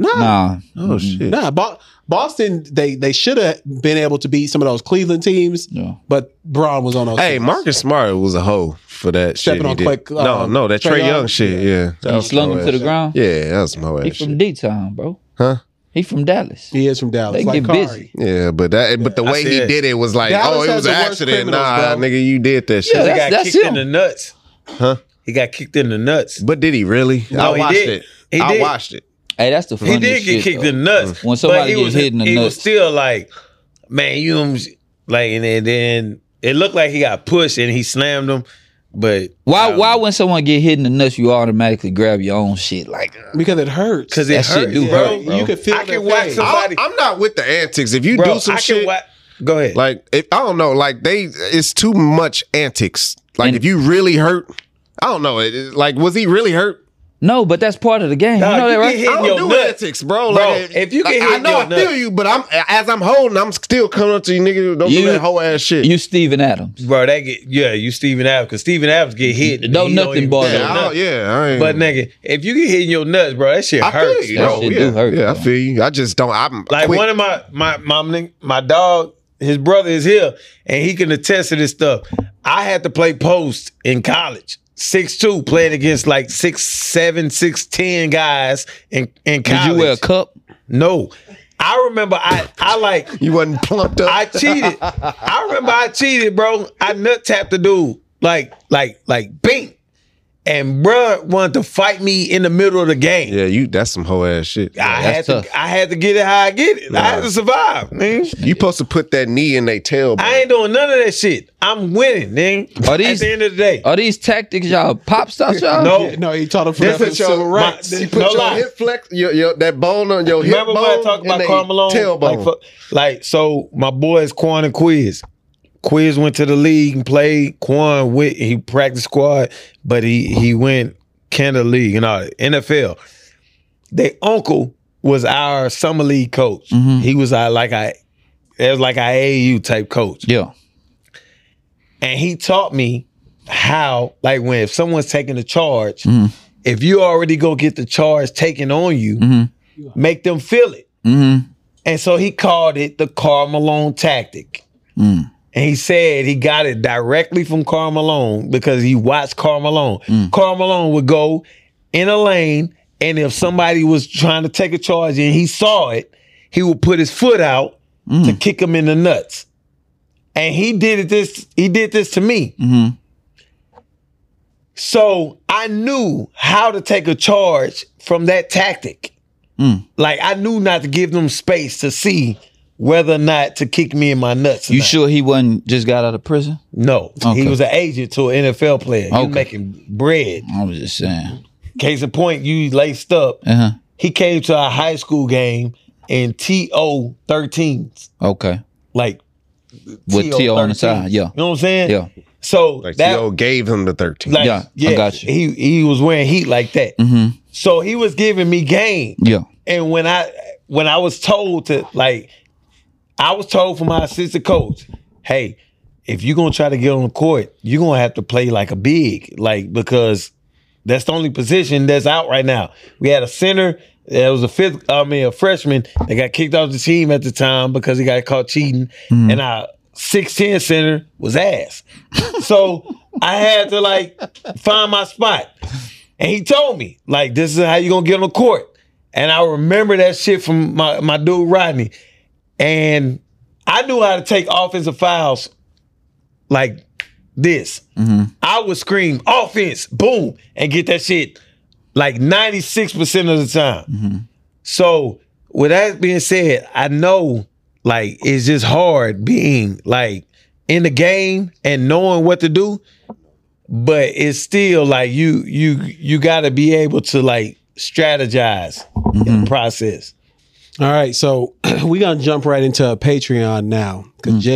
C: No,
B: Nah.
D: Oh shit.
C: Nah, Bo- Boston, they they should have been able to beat some of those Cleveland teams,
B: Yeah.
C: but Braun was on those.
D: Hey,
C: teams.
D: Marcus Smart was a hoe for that
C: Stepping
D: shit. he
C: on
D: did.
C: quick, uh,
D: no, no, that
C: Trae
D: Trey Young,
C: Young.
D: shit. Yeah, That
B: He
D: was
B: slung
D: some
B: him to the
D: ass
B: ground.
D: shit. Yeah, that was my
B: He
D: ass.
B: from
D: shit.
B: D town, bro.
D: Huh?
B: He from Dallas.
C: he is from Dallas.
B: They
C: like
B: get
C: Kari.
B: busy.
D: Yeah, but that, but the way he
A: said-
D: did it was like,
C: Dallas
D: oh, it
C: has
D: was
C: the
D: an
C: worst
D: accident.
C: criminals,
D: Nah,
C: bro.
D: nigga, you did that shit.
B: Yeah,
A: He
B: that's-
A: got
B: that's
A: kicked
B: him.
A: in the nuts.
D: Huh?
A: He got kicked in the nuts.
D: But did he really?
A: No,
D: I
A: he
D: watched
A: did.
D: it.
A: He
D: I
A: did.
D: watched it.
B: Hey, that's the
A: He
B: funniest
A: did get
B: shit,
A: kicked
B: though.
A: in the nuts.
B: When
A: but
B: somebody
A: he
B: gets hit in the
A: he was
B: nuts.
A: still like, man, you know, like, and then, then it looked like he got pushed and he slammed him. But
B: Why? Why when someone get hit in the nuts, you automatically grab your own shit? Like,
C: because it hurts.
A: because it
B: That shit
A: hurt,
B: do
A: bro.
B: hurt, bro.
C: you can feel.
A: I
C: their
A: can watch
C: pain.
A: some-
D: I,
A: Somebody-
D: I'm not with the antics. If you
A: Bro,
D: do some
A: I can
D: shit,
A: wa- Go ahead.
D: like if I don't know, like they, it's too much antics. Like
B: And-
D: if you really hurt, I don't know. It, it- like was he really hurt?
B: no, but that's part of the game.
A: Nah,
B: you know
A: you
B: that,
A: get
B: right?
A: hit-
D: I don't
A: your
D: do
A: nuts.
D: antics, bro.
A: Bro,
D: like,
A: if you get
D: like, I
A: hit
D: know
A: your
D: I feel
A: nuts.
D: you, but I'm as I'm holding, I'm still coming up to you, nigga. Don't
B: You-
D: do that whole ass shit.
B: You Steven Adams.
A: bro, that get yeah, you Steven Adams because Steven Adams get hit. and
B: Don't
A: he
B: nothing
A: even-
B: bother
A: Yeah, I
B: him.
D: yeah, I
A: don't-
D: don't, yeah. I ain't,
A: But nigga, if you get hit in your nuts, bro, that shit
D: I feel
A: hurts.
D: you.
B: That
D: no,
B: shit
D: yeah,
B: do hurt,
D: Yeah, I
B: though.
D: feel you. I just don't. I'm
A: Like
D: quick.
A: one of my my my nig- my dog, his brother is here, and he can attest to this stuff. I had to play post in college. Six two, playing against like six seven, six ten guys in in
B: Did
A: college.
B: you wear a cup?
A: No, I remember I I like
D: you wasn't plumped up.
A: I cheated. I remember I cheated, bro. I nut tapped the dude like like like bing, and bruh wanted to fight me in the middle of the game.
D: yeah, you. That's some whole ass shit.
A: I had
B: that's
A: to
B: tough.
A: I had to get it how I get it. I had to survive, man.
D: You supposed to put that knee in their tailbone.
A: I ain't doing none of that shit. I'm winning, nigga.
B: Are these-
A: At the end of the day,
B: Are these tactics y'all pop stars y'all?
A: No.
C: Yeah, no, he taught him
A: This
C: from
A: is your- my-
C: civil rights.
A: this-
D: You put
A: No
D: your
A: lie.
D: hip flex, your, your, that bone on your hip
A: remember
D: bone.
A: when I talked
D: and
A: about
D: they
A: Carmelo? Like,
D: Tailbone.
A: fu- like, so my boys Quan and Quiz. Quiz went to the league and played. Quan went. He practiced squad, but he he went Canada League and all that, NFL. Their uncle was our summer league coach.
D: Mm-hmm.
A: He was our like I, it was like our AAU type coach.
B: Yeah.
A: and he taught me how like when if someone's taking a charge
D: Mm-hmm.
A: if you already go get the charge taken on you
D: Mm-hmm.
A: make them feel it
B: Mm-hmm,
A: and so he called it the carl malone tactic and he said he got it directly from carl malone because he watched carl malone carl malone would go in a lane and if somebody was trying to take a charge and he saw it he would put his foot out to kick him in the nuts and he did it this he did this to me
B: mm-hmm.
A: so i knew how to take a charge from that tactic
B: Mm.
A: like i knew not to give them space to see whether or not to kick me in my nuts or
B: You
A: not.
B: sure he wasn't just got out of prison?
A: no
B: Okay.
A: he was an agent to an nfl player you
B: Okay.
A: making bread
B: I was just saying.
A: case in point you laced up
B: Uh
A: he came to our high school game in to 13s
B: huh. Okay.
A: like
B: With T.O. on the
A: 13s.
B: side, yeah.
A: you know what i'm saying
B: Yeah.
A: so
D: Like
A: that
D: T.O. gave him the 13.
A: Like,
B: Yeah,
A: yeah,
B: I got you.
A: He he was wearing heat like that.
B: Mhm.
A: So he was giving me game.
B: Yeah.
A: And when I when I was told to like, I was told from my assistant coach, hey, if you're gonna try to get on the court, you're gonna have to play like a big, like because that's the only position that's out right now. We had a center. That was a fifth, I mean, a freshman that got kicked off the team at the time because he got caught cheating. And our 6'10 center was ass. so I had to like find my spot. And he told me, like, this is how you gonna get on the court. And I remember that shit from my, my dude Rodney. And I knew how to take offensive fouls like this. I would scream offense, boom, and get that shit like 96% of the time. So with that being said, I know like it's just hard being like in the game and knowing what to do, but it's still like you you you gotta be able to like strategize in the process.
C: *clears throat*
A: Mm.
C: All right, so we gonna jump right into Patreon now because